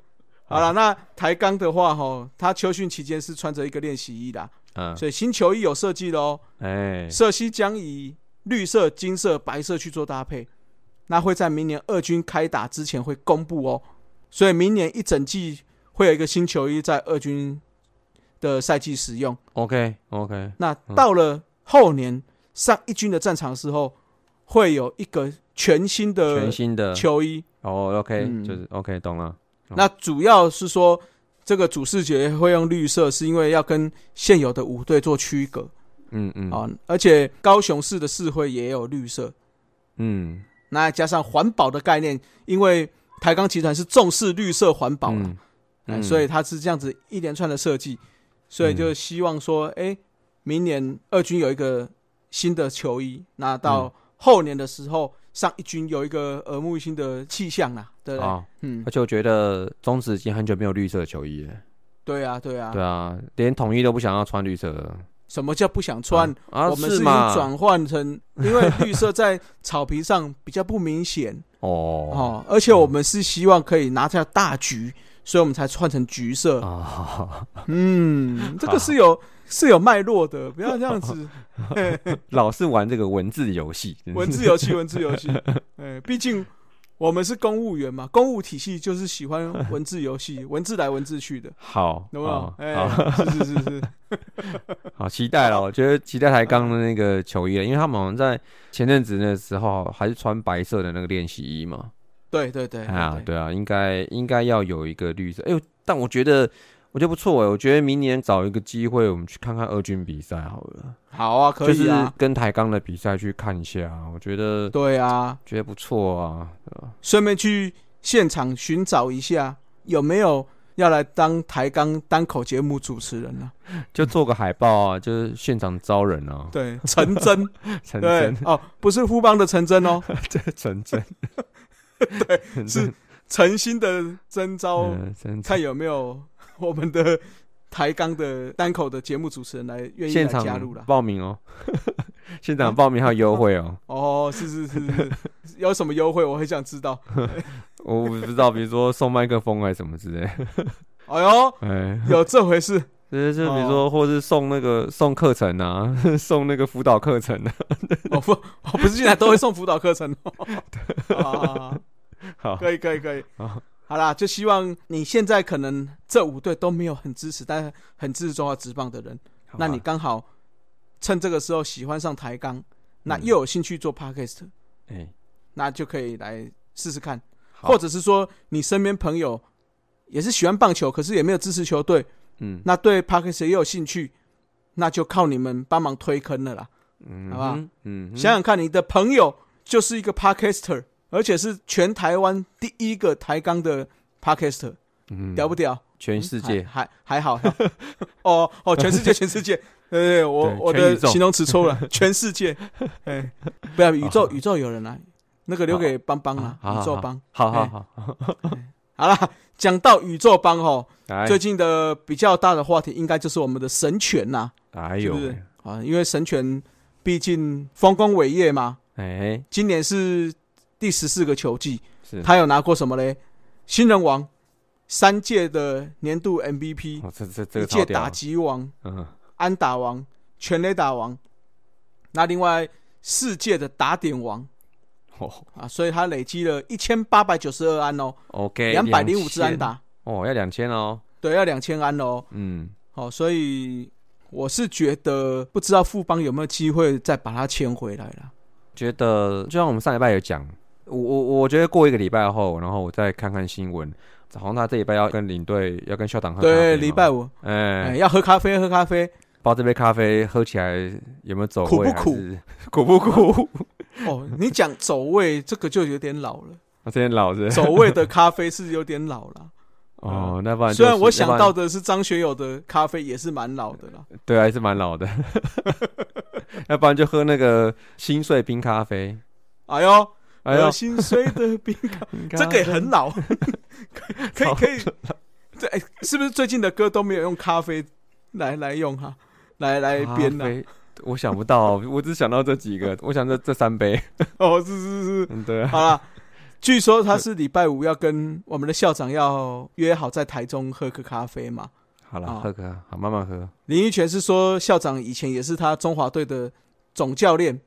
[SPEAKER 3] 好了，那台钢的话，哈，他秋训期间是穿着一个练习衣的啊，
[SPEAKER 5] 嗯，
[SPEAKER 3] 所以新球衣有设计的哦，
[SPEAKER 5] 哎、
[SPEAKER 3] 色系将以绿色、金色、白色去做搭配，那会在明年二军开打之前会公布哦，所以明年一整季会有一个新球衣在二军的赛季使用。
[SPEAKER 5] o k OK，
[SPEAKER 3] 那到了后年上一军的战场的时候，会有一个全新的
[SPEAKER 5] 全新的
[SPEAKER 3] 球衣。
[SPEAKER 5] 哦，OK，、
[SPEAKER 3] 嗯
[SPEAKER 5] 就是 OK，懂了，哦
[SPEAKER 3] 那主要是说，这个主视觉会用绿色，是因为要跟现有的五队做区隔
[SPEAKER 5] 嗯嗯、
[SPEAKER 3] 啊、而且高雄市的市会也有绿色，
[SPEAKER 5] 嗯
[SPEAKER 3] 那加上环保的概念，因为台钢集团是重视绿色环保的、
[SPEAKER 5] 嗯
[SPEAKER 3] 哎
[SPEAKER 5] 嗯
[SPEAKER 3] 所以它是这样子一连串的设计，所以就希望说，哎、
[SPEAKER 5] 嗯
[SPEAKER 3] 明年二军有一个新的球衣，那到后年的时候，上一军有一个耳目一新的气象啊，对不对？
[SPEAKER 5] 啊，
[SPEAKER 3] 嗯
[SPEAKER 5] 而，且我觉得中职已经很久没有绿色球衣了，
[SPEAKER 3] 对啊，对啊，
[SPEAKER 5] 对啊，连统一都不想要穿绿色的，
[SPEAKER 3] 什么叫不想穿？
[SPEAKER 5] 啊，
[SPEAKER 3] 我们是
[SPEAKER 5] 是
[SPEAKER 3] 已经
[SPEAKER 5] 吗？
[SPEAKER 3] 转换成，因为绿色在草皮上比较不明显
[SPEAKER 5] 哦
[SPEAKER 3] 哦，而且我们是希望可以拿下大局，所以我们才换成橘色。
[SPEAKER 5] 啊，
[SPEAKER 3] 嗯，这个
[SPEAKER 5] 好
[SPEAKER 3] 是有是有脉络的，不要这 样子
[SPEAKER 5] 老是玩这个文字游戏，真是
[SPEAKER 3] 文字游戏，文字游戏。 哎，毕竟我们是公务员嘛，公务体系就是喜欢文字游 戏，文字来文字去的，
[SPEAKER 5] 好，
[SPEAKER 3] 懂不懂
[SPEAKER 5] 哦？
[SPEAKER 3] 哎、
[SPEAKER 5] 好，
[SPEAKER 3] 是是是 是，
[SPEAKER 5] 好期待了，我觉得期待台钢的那个球衣了，因为他们好像在前阵子那时候还是穿白色的那个练习衣嘛，
[SPEAKER 3] 对对对
[SPEAKER 5] 啊，，对啊，应该应该要有一个绿色，哎呦，但我觉得我觉得不错哎，我觉得明年找一个机会，我们去看看二军比赛好了。
[SPEAKER 3] 好啊，可
[SPEAKER 5] 就
[SPEAKER 3] 以
[SPEAKER 5] 是
[SPEAKER 3] 啊，
[SPEAKER 5] 跟台钢的比赛去看一下啊，我觉得
[SPEAKER 3] 对啊，
[SPEAKER 5] 觉得不错啊。
[SPEAKER 3] 顺便去现场寻找一下有没有要来当台钢单口节目主持人啊呢、
[SPEAKER 5] 就做个海报 啊，就是现场招人啊，
[SPEAKER 3] 对，陈真，
[SPEAKER 5] 陈
[SPEAKER 3] 对
[SPEAKER 5] 真，
[SPEAKER 3] 哦，不是富邦的陈真 哦，
[SPEAKER 5] 陈真，对，
[SPEAKER 3] 是诚心的征招，
[SPEAKER 5] 嗯，陈真
[SPEAKER 3] 哦看有没有我们的台钢的单口的节目主持人来愿意来
[SPEAKER 5] 现
[SPEAKER 3] 加
[SPEAKER 5] 场
[SPEAKER 3] 入了。
[SPEAKER 5] 报名哦， 现场报名还有优惠哦，
[SPEAKER 3] 哦，是是是是，有什么优惠？我很想知道。
[SPEAKER 5] 我不知道，比如说送麦克风还是什么之类，
[SPEAKER 3] 哎呦，
[SPEAKER 5] 哎，
[SPEAKER 3] 有这回事，
[SPEAKER 5] 就是就比如
[SPEAKER 3] 哦
[SPEAKER 5] 说，或是送那个送课程啊， 送那个辅导课程啊，
[SPEAKER 3] 我不，我不是进来都会送辅导课程哦。好好好好
[SPEAKER 5] 好，
[SPEAKER 3] 可以可以可以
[SPEAKER 5] 好，
[SPEAKER 3] 好啦，就希望你现在可能这五队都没有很支持，但是很支持中华职棒的人，
[SPEAKER 5] 好吧
[SPEAKER 3] 那你刚好趁这个时候喜欢上台钢，那
[SPEAKER 5] 嗯
[SPEAKER 3] 又有兴趣做 podcast，、
[SPEAKER 5] 哎，
[SPEAKER 3] 那就可以来试试看，
[SPEAKER 5] 好
[SPEAKER 3] 或者是说你身边朋友也是喜欢棒球，可是也没有支持球队，
[SPEAKER 5] 嗯
[SPEAKER 3] 那对 podcast 也有兴趣，那就靠你们帮忙推坑了啦。
[SPEAKER 5] 嗯，
[SPEAKER 3] 好吧，
[SPEAKER 5] 嗯哼，
[SPEAKER 3] 想想看，你的朋友就是一个 podcaster，而且是全台湾第一个抬杠的 podcaster，
[SPEAKER 5] 嗯
[SPEAKER 3] 屌不屌？
[SPEAKER 5] 全世
[SPEAKER 3] 还
[SPEAKER 5] 界
[SPEAKER 3] 还还好， 哦哦，全世界，全世界，对对，我
[SPEAKER 5] 对
[SPEAKER 3] 我
[SPEAKER 5] 全宇
[SPEAKER 3] 的
[SPEAKER 5] 宙
[SPEAKER 3] 形容词错 了，全世界，哎，不要宇宙
[SPEAKER 5] 好
[SPEAKER 3] 宇宙有人来，那个留给邦邦啦，
[SPEAKER 5] 哦好好
[SPEAKER 3] 宇宙
[SPEAKER 5] 好
[SPEAKER 3] 邦。
[SPEAKER 5] 好好
[SPEAKER 3] 哎
[SPEAKER 5] 好，
[SPEAKER 3] 好啦，讲到宇宙邦吼，
[SPEAKER 5] 来
[SPEAKER 3] 哎最近的比较大的话题应该就是我们的神犬呐
[SPEAKER 5] 哎
[SPEAKER 3] 是
[SPEAKER 5] 呦
[SPEAKER 3] 不
[SPEAKER 5] 喂，
[SPEAKER 3] 是啊，因为神犬毕竟丰功伟业嘛，
[SPEAKER 5] 哎，
[SPEAKER 3] 今年是第十四个球季，
[SPEAKER 5] 是
[SPEAKER 3] 他有拿过什么嘞？新人王、三届的年度 MVP、
[SPEAKER 5] 哦，这这这
[SPEAKER 3] 一
[SPEAKER 5] 个
[SPEAKER 3] 届
[SPEAKER 5] 超
[SPEAKER 3] 打
[SPEAKER 5] 屌，
[SPEAKER 3] 击王、
[SPEAKER 5] 嗯，
[SPEAKER 3] 安打王、全垒打王，那另外四届的打点王
[SPEAKER 5] 哦
[SPEAKER 3] 啊，所以他累积了一千八百九十二安哦，
[SPEAKER 5] ，OK，
[SPEAKER 3] 两百零五支安
[SPEAKER 5] 2000，
[SPEAKER 3] 打，
[SPEAKER 5] 哦，要哎两千哦，
[SPEAKER 3] 对，要两千安哦。
[SPEAKER 5] 嗯，
[SPEAKER 3] 好、所以我是觉得不知道富邦有没有机会再把他签回来了。
[SPEAKER 5] 觉得就像我们上礼拜有讲，我我我觉得过一个礼拜后，然后我再看看新闻，好像他这礼拜要跟领队要跟校长喝咖啡
[SPEAKER 3] 对，
[SPEAKER 5] 嘛
[SPEAKER 3] 礼拜，五，哎、
[SPEAKER 5] 哎，
[SPEAKER 3] 要喝咖啡，喝咖啡。
[SPEAKER 5] 不知道这杯咖啡喝起来有没有走
[SPEAKER 3] 苦不
[SPEAKER 5] 味，
[SPEAKER 3] 苦
[SPEAKER 5] 还是苦不苦？
[SPEAKER 3] 哦，你讲走位这个就有点老了，
[SPEAKER 5] 我之前老是
[SPEAKER 3] 走位的咖啡是有点老 了。
[SPEAKER 5] 哦，那不然就是
[SPEAKER 3] 虽然我想到
[SPEAKER 5] 要不
[SPEAKER 3] 的是张学友的咖啡也是蛮老的啦，
[SPEAKER 5] 然对，还是蛮老的， 要不然就喝那个新碎冰咖啡。
[SPEAKER 3] 哎呦，
[SPEAKER 5] 哎
[SPEAKER 3] 我
[SPEAKER 5] 呦，
[SPEAKER 3] 心碎的冰咖，这个也很 老，可以可以，对，哎是不是最近的歌都没有用咖啡来来用哈，来来编啊呢？
[SPEAKER 5] 咖啡我想不到，哦我只想到这几个，我想这这三杯。
[SPEAKER 3] 哦，是是是，
[SPEAKER 5] 嗯，对啊，
[SPEAKER 3] 好啦。据说他是礼拜五要跟我们的校长要约好在台中喝个咖啡嘛，
[SPEAKER 5] 好了，
[SPEAKER 3] 哦
[SPEAKER 5] 喝个好，慢慢喝。
[SPEAKER 3] 林育全是说校长以前也是他中华队的总教练，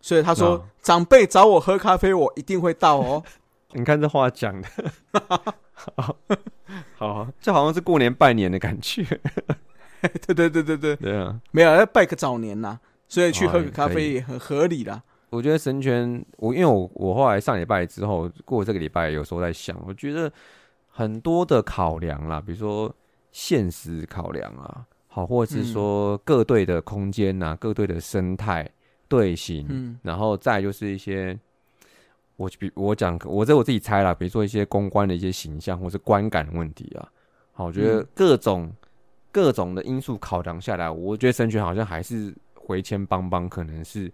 [SPEAKER 3] 所以他说、
[SPEAKER 5] 啊
[SPEAKER 3] 长辈找我喝咖啡，我一定会到哦。
[SPEAKER 5] 你看这话讲的， 好，好，就好像是过年拜年的感觉。
[SPEAKER 3] 对对对对对，
[SPEAKER 5] 对啊，
[SPEAKER 3] 没有要拜个早年呐，所以去喝
[SPEAKER 5] 哦
[SPEAKER 3] 个
[SPEAKER 5] 也
[SPEAKER 3] 咖
[SPEAKER 5] 可
[SPEAKER 3] 啡
[SPEAKER 5] 以
[SPEAKER 3] 也很合理啦。
[SPEAKER 5] 我觉得神拳，我因为我我后来上礼拜之后，过这个礼拜有时候在想，我觉得很多的考量啦，比如说现实考量啊，好，或者是说各队的空间呐、各队的生态、队形，
[SPEAKER 3] 嗯
[SPEAKER 5] 然后再就是一些，我比我讲，我这我自己猜啦，比如说一些公关的一些形象或是观感问题啊，好，我觉得
[SPEAKER 3] 嗯
[SPEAKER 5] 各种、各种的因素考量下来，我觉得神权好像还是回迁邦邦可能是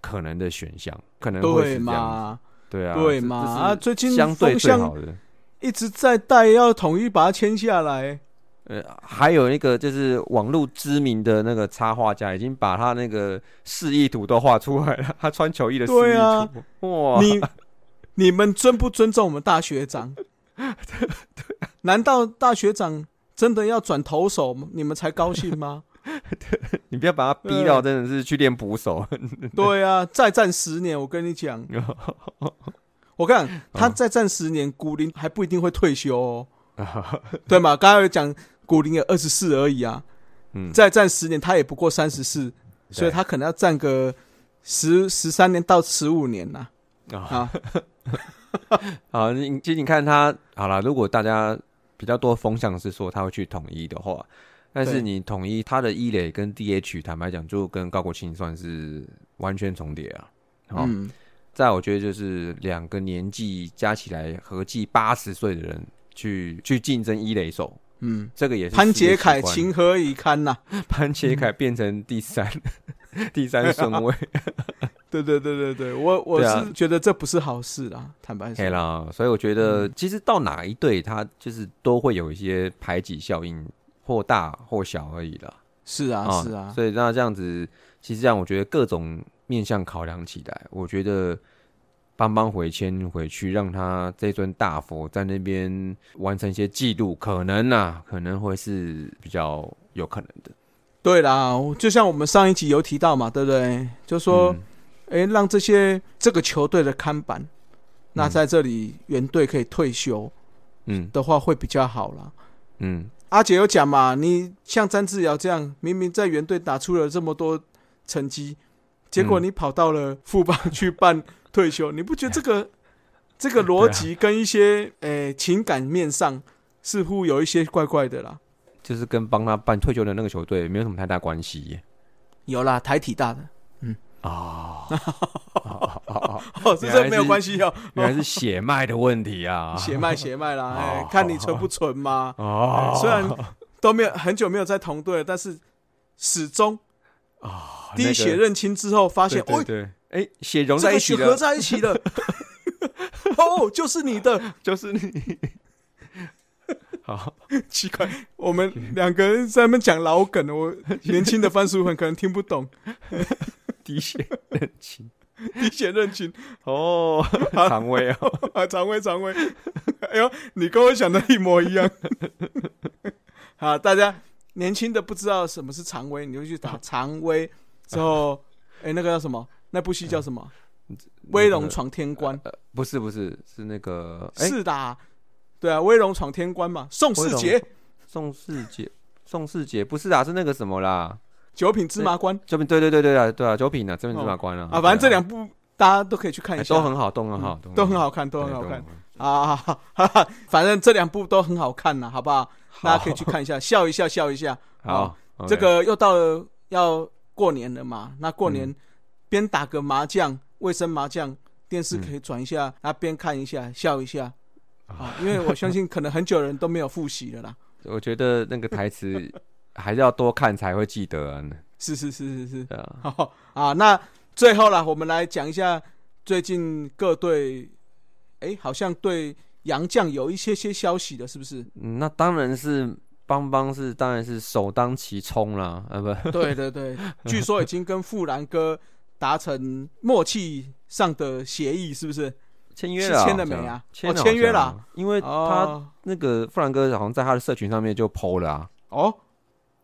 [SPEAKER 5] 可能的选项，可能
[SPEAKER 3] 对
[SPEAKER 5] 会是这样子。
[SPEAKER 3] 嘛？
[SPEAKER 5] 对啊，
[SPEAKER 3] 对
[SPEAKER 5] 这
[SPEAKER 3] 嘛
[SPEAKER 5] 这是
[SPEAKER 3] 啊最近
[SPEAKER 5] 相对
[SPEAKER 3] 风
[SPEAKER 5] 最
[SPEAKER 3] 向
[SPEAKER 5] 好的。
[SPEAKER 3] 一直在带，要统一把它签下来。
[SPEAKER 5] 呃，还有那个就是网络知名的那个插画家，已经把他那个示意图都画出来了。他穿球衣的示
[SPEAKER 3] 对
[SPEAKER 5] 意
[SPEAKER 3] 啊
[SPEAKER 5] 图，哇！
[SPEAKER 3] 你你们尊不尊重我们大学 长？难道大学长真的要转投手，你们才高兴 吗？
[SPEAKER 5] 你不要把他逼到真的是去练捕手。
[SPEAKER 3] 对啊，再战十年，我跟你讲，
[SPEAKER 5] 哦
[SPEAKER 3] 我跟你讲，他再战十年，古林还不一定会退休哦，对嘛？刚才有讲古林也二十四而已啊，
[SPEAKER 5] 嗯，
[SPEAKER 3] 再战十年他也不过三十四，所以他可能要战个十十三年到十五年呐、
[SPEAKER 5] 啊
[SPEAKER 3] 啊，
[SPEAKER 5] 好，你其实你看他好了，如果大家比较多风向是说他会去统一的话，但是
[SPEAKER 3] 对
[SPEAKER 5] 你统一他的一垒跟 DH，坦白讲就跟高国庆算是完全重叠啊。好，
[SPEAKER 3] 嗯，
[SPEAKER 5] 再我觉得就是两个年纪加起来合计八十岁的人去去竞争一垒手，
[SPEAKER 3] 嗯，
[SPEAKER 5] 这个也是
[SPEAKER 3] 潘
[SPEAKER 5] 世界
[SPEAKER 3] 杰凯
[SPEAKER 5] 奇观
[SPEAKER 3] 情何以堪呐、
[SPEAKER 5] 潘杰凯变成第三 第三顺位，
[SPEAKER 3] 对对对对对，我我
[SPEAKER 5] 对啊
[SPEAKER 3] 是觉得这不是好事啊，坦白
[SPEAKER 5] 嘿
[SPEAKER 3] 说。
[SPEAKER 5] 啦，所以我觉得
[SPEAKER 3] 嗯
[SPEAKER 5] 其实到哪一队，他就是都会有一些排挤效应，或大或小而已啦。
[SPEAKER 3] 是啊，是啊，
[SPEAKER 5] 哦所以那这样子，其实让我觉得各种面向考量起来，我觉得邦邦回迁回去，让他这尊大佛在那边完成一些记录，可能啊，可能会是比较有可能的。
[SPEAKER 3] 对啦，就像我们上一集有提到嘛，对不对？啊就说，
[SPEAKER 5] 嗯
[SPEAKER 3] 诶，让这些这个球队的看板，那在这里原队可以退休
[SPEAKER 5] 嗯
[SPEAKER 3] 的话，会比较好啦。
[SPEAKER 5] 嗯，
[SPEAKER 3] 阿姐有讲嘛，你像詹志尧这样，明明在原队打出了这么多成绩，结果
[SPEAKER 5] 嗯
[SPEAKER 3] 你跑到了富邦去办退休，你不觉得这 个这个逻
[SPEAKER 5] 啊
[SPEAKER 3] 辑跟一些诶、情感面上似乎有一些怪怪的啦？
[SPEAKER 5] 就是跟帮他办退休的那个球队没有什么太大关系耶。
[SPEAKER 3] 有啦，台体大的，嗯
[SPEAKER 5] 哦，哦哦哦
[SPEAKER 3] 哦，这
[SPEAKER 5] 原来
[SPEAKER 3] 这
[SPEAKER 5] 是
[SPEAKER 3] 没有关系哦，
[SPEAKER 5] 原来是血脉的问题啊！
[SPEAKER 3] 血脉血脉啦，哎
[SPEAKER 5] 哦，
[SPEAKER 3] 看你纯不纯嘛。
[SPEAKER 5] 哦，
[SPEAKER 3] 虽然都没有很久没有在同队了，但是始终第一血
[SPEAKER 5] 认
[SPEAKER 3] 认亲之后，发现，
[SPEAKER 5] 哦对
[SPEAKER 3] 哦，
[SPEAKER 5] 对，哎，血融
[SPEAKER 3] 这
[SPEAKER 5] 在一
[SPEAKER 3] 个
[SPEAKER 5] 起
[SPEAKER 3] 血合
[SPEAKER 5] 的，
[SPEAKER 3] 在一起 了，哦，就是你的，
[SPEAKER 5] 就是你。 好，
[SPEAKER 3] 奇怪，我们两个人在那边讲老梗，我年轻的番薯粉可能听不 懂。
[SPEAKER 5] 滴血认亲
[SPEAKER 3] 滴血认亲，
[SPEAKER 5] 哦，肠胃 啊，
[SPEAKER 3] 啊，肠胃肠胃，哎呦，你跟我想的一模 一样。好，大家年轻的不知道什么是肠胃，你就去 打肠胃，之后，哎、那个叫什么？那部戏叫什么？
[SPEAKER 5] 呃
[SPEAKER 3] 威龙闯天关，
[SPEAKER 5] 不是不是是那个呃哎，
[SPEAKER 3] 是的啊，对啊，威龙闯天关嘛，宋世
[SPEAKER 5] 威
[SPEAKER 3] 杰
[SPEAKER 5] 龙，宋世杰，宋世杰不是啊，是那个什么啦？
[SPEAKER 3] 九品芝麻官
[SPEAKER 5] 九品对对对对啊，对啊，九品啊，这边芝麻官啊
[SPEAKER 3] 啊，反正这两
[SPEAKER 5] 部
[SPEAKER 3] 部大家都可以去看一下，嗯
[SPEAKER 5] 都很好，都很好，
[SPEAKER 3] 都很好看，都很
[SPEAKER 5] 对
[SPEAKER 3] 好看。
[SPEAKER 5] 好
[SPEAKER 3] 啊， 哈哈哈反正这两部都很好看呐、好不好？大家可以去看 一下，笑一下，笑一下。
[SPEAKER 5] 好，OK
[SPEAKER 3] 这个又到了要过年了嘛，那过
[SPEAKER 5] 嗯
[SPEAKER 3] 年边打个麻将，卫生麻将，电视可以转一下，那边看一下，笑一下。啊，因为我相信可能很久人都没有复习了啦。
[SPEAKER 5] 我觉得那个台 词还是要多看才会记得啊。
[SPEAKER 3] 是是是是是，
[SPEAKER 5] 对啊，
[SPEAKER 3] 好啊。那最后啦，我们来讲一下最近各队，哎、好像对杨将有一些些消息的，是不 是？
[SPEAKER 5] 嗯那当然是邦邦是当然是首当其冲啦，呃不，
[SPEAKER 3] 对对 对，据说已经跟富兰哥达成默契上的协议，是不是？
[SPEAKER 5] 签约
[SPEAKER 3] 是
[SPEAKER 5] 了啊，
[SPEAKER 3] 签了
[SPEAKER 5] 好像
[SPEAKER 3] 没啊
[SPEAKER 5] 签了
[SPEAKER 3] 哦签约
[SPEAKER 5] 好像
[SPEAKER 3] 了
[SPEAKER 5] 啊，因为他
[SPEAKER 3] 哦
[SPEAKER 5] 那个富兰哥好像在他的社群上面就 PO 了啊，
[SPEAKER 3] 哦，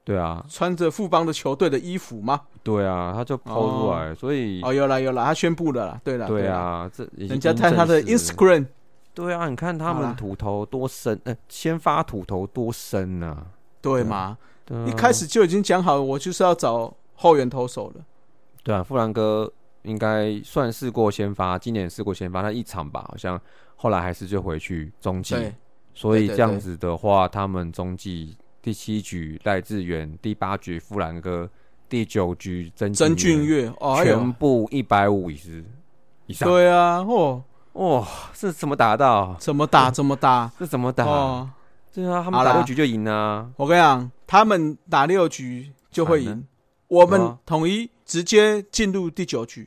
[SPEAKER 5] 对啊，
[SPEAKER 3] 穿着富邦的球队的衣服吗？
[SPEAKER 5] 对啊，他就 PO 出来，所以
[SPEAKER 3] 哦，有了有了，他宣布了啦，对了，
[SPEAKER 5] 对
[SPEAKER 3] 啦，
[SPEAKER 5] 啊，这已经
[SPEAKER 3] 人家在他的
[SPEAKER 5] 正式了
[SPEAKER 3] Instagram
[SPEAKER 5] 对啊，你看他
[SPEAKER 3] 好
[SPEAKER 5] 们
[SPEAKER 3] 啦
[SPEAKER 5] 土头多深，呃，先发土头多深啊，
[SPEAKER 3] 对嘛，
[SPEAKER 5] 对啊
[SPEAKER 3] 一开始就已经讲好，我就是要找后援投手了。
[SPEAKER 5] 对啊，富兰哥应该算试过先发，今年试过先发，他一场吧，好像后来还是就回去中继。
[SPEAKER 3] 对，
[SPEAKER 5] 所
[SPEAKER 3] 对
[SPEAKER 5] 以
[SPEAKER 3] 对
[SPEAKER 5] 这样
[SPEAKER 3] 对
[SPEAKER 5] 子的话，他们中继第七局赖志远，第八局富兰哥，第九局曾
[SPEAKER 3] 曾俊
[SPEAKER 5] 岳，
[SPEAKER 3] 岳，哦，哎
[SPEAKER 5] 全
[SPEAKER 3] 呦，
[SPEAKER 5] 部一百五以上以上。
[SPEAKER 3] 对啊，哦，
[SPEAKER 5] 哇，这怎么打到？
[SPEAKER 3] 怎么打怎么打，
[SPEAKER 5] 这怎么嗯打？
[SPEAKER 3] 哦，
[SPEAKER 5] 对啊，他们
[SPEAKER 3] 好
[SPEAKER 5] 打
[SPEAKER 3] 啦
[SPEAKER 5] 六局就赢啊。
[SPEAKER 3] 我跟你讲，他们打六局就会
[SPEAKER 5] 惨
[SPEAKER 3] 赢，我
[SPEAKER 5] 对
[SPEAKER 3] 们
[SPEAKER 5] 啊
[SPEAKER 3] 统一直接进入第九局。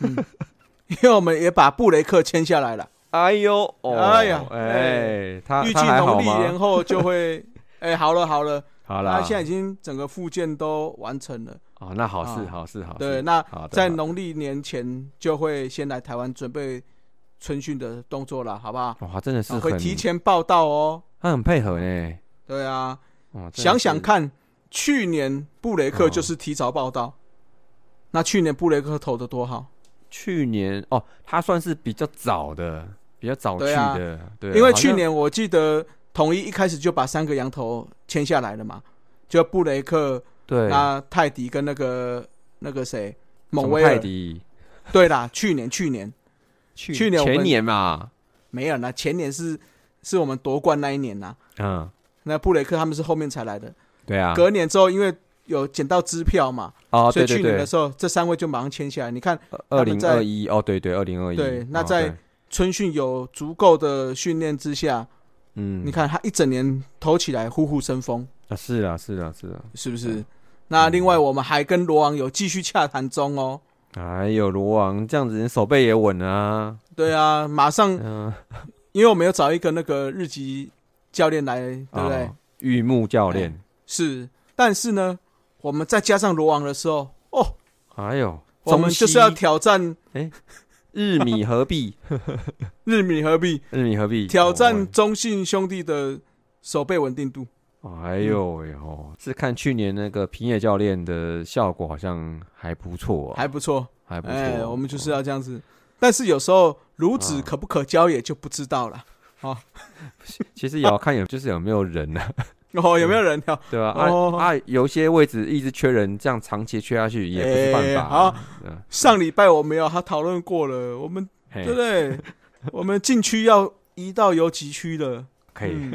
[SPEAKER 5] 嗯
[SPEAKER 3] 因为我们也把布雷克签下来了，
[SPEAKER 5] 哎呦，哦、
[SPEAKER 3] 哎呀
[SPEAKER 5] 哎，他
[SPEAKER 3] 预计
[SPEAKER 5] 他还好
[SPEAKER 3] 农历年
[SPEAKER 5] 吗？
[SPEAKER 3] 后就 会。哎，好了好了，
[SPEAKER 5] 好啦，
[SPEAKER 3] 他现在已经整个复健都完成了。
[SPEAKER 5] 哦，那好事，
[SPEAKER 3] 啊
[SPEAKER 5] 好事，好事。
[SPEAKER 3] 对，那
[SPEAKER 5] 好的
[SPEAKER 3] 在
[SPEAKER 5] 好的
[SPEAKER 3] 农历年前就会先来台湾准备春训的动作了，好不好？
[SPEAKER 5] 哇，真的是
[SPEAKER 3] 啊会
[SPEAKER 5] 很，
[SPEAKER 3] 提前报道哦。
[SPEAKER 5] 他很配合呢。
[SPEAKER 3] 对啊，
[SPEAKER 5] 哦，真的
[SPEAKER 3] 想想
[SPEAKER 5] 是，哦
[SPEAKER 3] 看，去年布雷克就是提早报道，那去年布雷克投的多好，
[SPEAKER 5] 去年哦，他算是比较早的，比较早去
[SPEAKER 3] 对啊
[SPEAKER 5] 的，对,、
[SPEAKER 3] 因为
[SPEAKER 5] 好像
[SPEAKER 3] 去年我记得统一一开始就把三个羊头签下来了嘛，就布雷克、
[SPEAKER 5] 对
[SPEAKER 3] 那泰迪跟那个那个谁
[SPEAKER 5] 什
[SPEAKER 3] 蒙
[SPEAKER 5] 么
[SPEAKER 3] 啊威
[SPEAKER 5] 泰
[SPEAKER 3] 尔。
[SPEAKER 5] 迪
[SPEAKER 3] 对啦，去年去年
[SPEAKER 5] 去
[SPEAKER 3] 去年我们
[SPEAKER 5] 前年嘛，
[SPEAKER 3] 没有啦，前年是是我们夺冠那一年呐。
[SPEAKER 5] 嗯，
[SPEAKER 3] 那布雷克他们是后面才来的，
[SPEAKER 5] 对啊，
[SPEAKER 3] 隔年之后因为有捡到支票嘛，
[SPEAKER 5] 哦，
[SPEAKER 3] 所
[SPEAKER 5] 对
[SPEAKER 3] 以去
[SPEAKER 5] 对
[SPEAKER 3] 年
[SPEAKER 5] 对
[SPEAKER 3] 的，时候这三位就马上签下来。你看他
[SPEAKER 5] 二
[SPEAKER 3] 们
[SPEAKER 5] 零
[SPEAKER 3] 在
[SPEAKER 5] 二一哦，对对，二零二一，
[SPEAKER 3] 对那
[SPEAKER 5] 哦
[SPEAKER 3] 在
[SPEAKER 5] 对
[SPEAKER 3] 春训有足够的训练之下，
[SPEAKER 5] 嗯，
[SPEAKER 3] 你看他一整年投起来虎虎生风，
[SPEAKER 5] 啊，是啊，是啊，是啊，
[SPEAKER 3] 是不是？那另外我们还跟罗王有继续洽谈中哦。
[SPEAKER 5] 哎呦，罗王这样子，你手背也稳啊，
[SPEAKER 3] 对啊，马上
[SPEAKER 5] 嗯，
[SPEAKER 3] 因为我们有找一个那个日籍教练来，对不对？
[SPEAKER 5] 哦？玉木教练，
[SPEAKER 3] 是，但是呢，我们再加上罗王的时候，哦，
[SPEAKER 5] 哎呦，
[SPEAKER 3] 我们
[SPEAKER 5] 中
[SPEAKER 3] 就是要
[SPEAKER 5] 西
[SPEAKER 3] 挑战
[SPEAKER 5] 日米 合璧，
[SPEAKER 3] 日米和币，
[SPEAKER 5] 日米合璧
[SPEAKER 3] 挑战中信兄弟的手背稳定度。
[SPEAKER 5] 哦哎呦喂哦，是看去年那个平野教练的效果好像还不错、啊，
[SPEAKER 3] 还不错，
[SPEAKER 5] 还不错、
[SPEAKER 3] 哎、我们就是
[SPEAKER 5] 哦
[SPEAKER 3] 要这样子。但是有时候孺子
[SPEAKER 5] 啊
[SPEAKER 3] 可不可教也就不知道了。
[SPEAKER 5] 哦其实也要看有就是有没有人啊，
[SPEAKER 3] 哦，有没有人 聊？
[SPEAKER 5] 对吧、啊？
[SPEAKER 3] 哦
[SPEAKER 5] 啊有些位置一直缺人，这样长期缺下去也不是办
[SPEAKER 3] 哎
[SPEAKER 5] 法、
[SPEAKER 3] 好
[SPEAKER 5] 嗯哎
[SPEAKER 3] 上礼拜我们有他讨论过了，我们
[SPEAKER 5] 嘿
[SPEAKER 3] 对不 对？我们禁区要移到游击区了，
[SPEAKER 5] 可以，
[SPEAKER 3] 嗯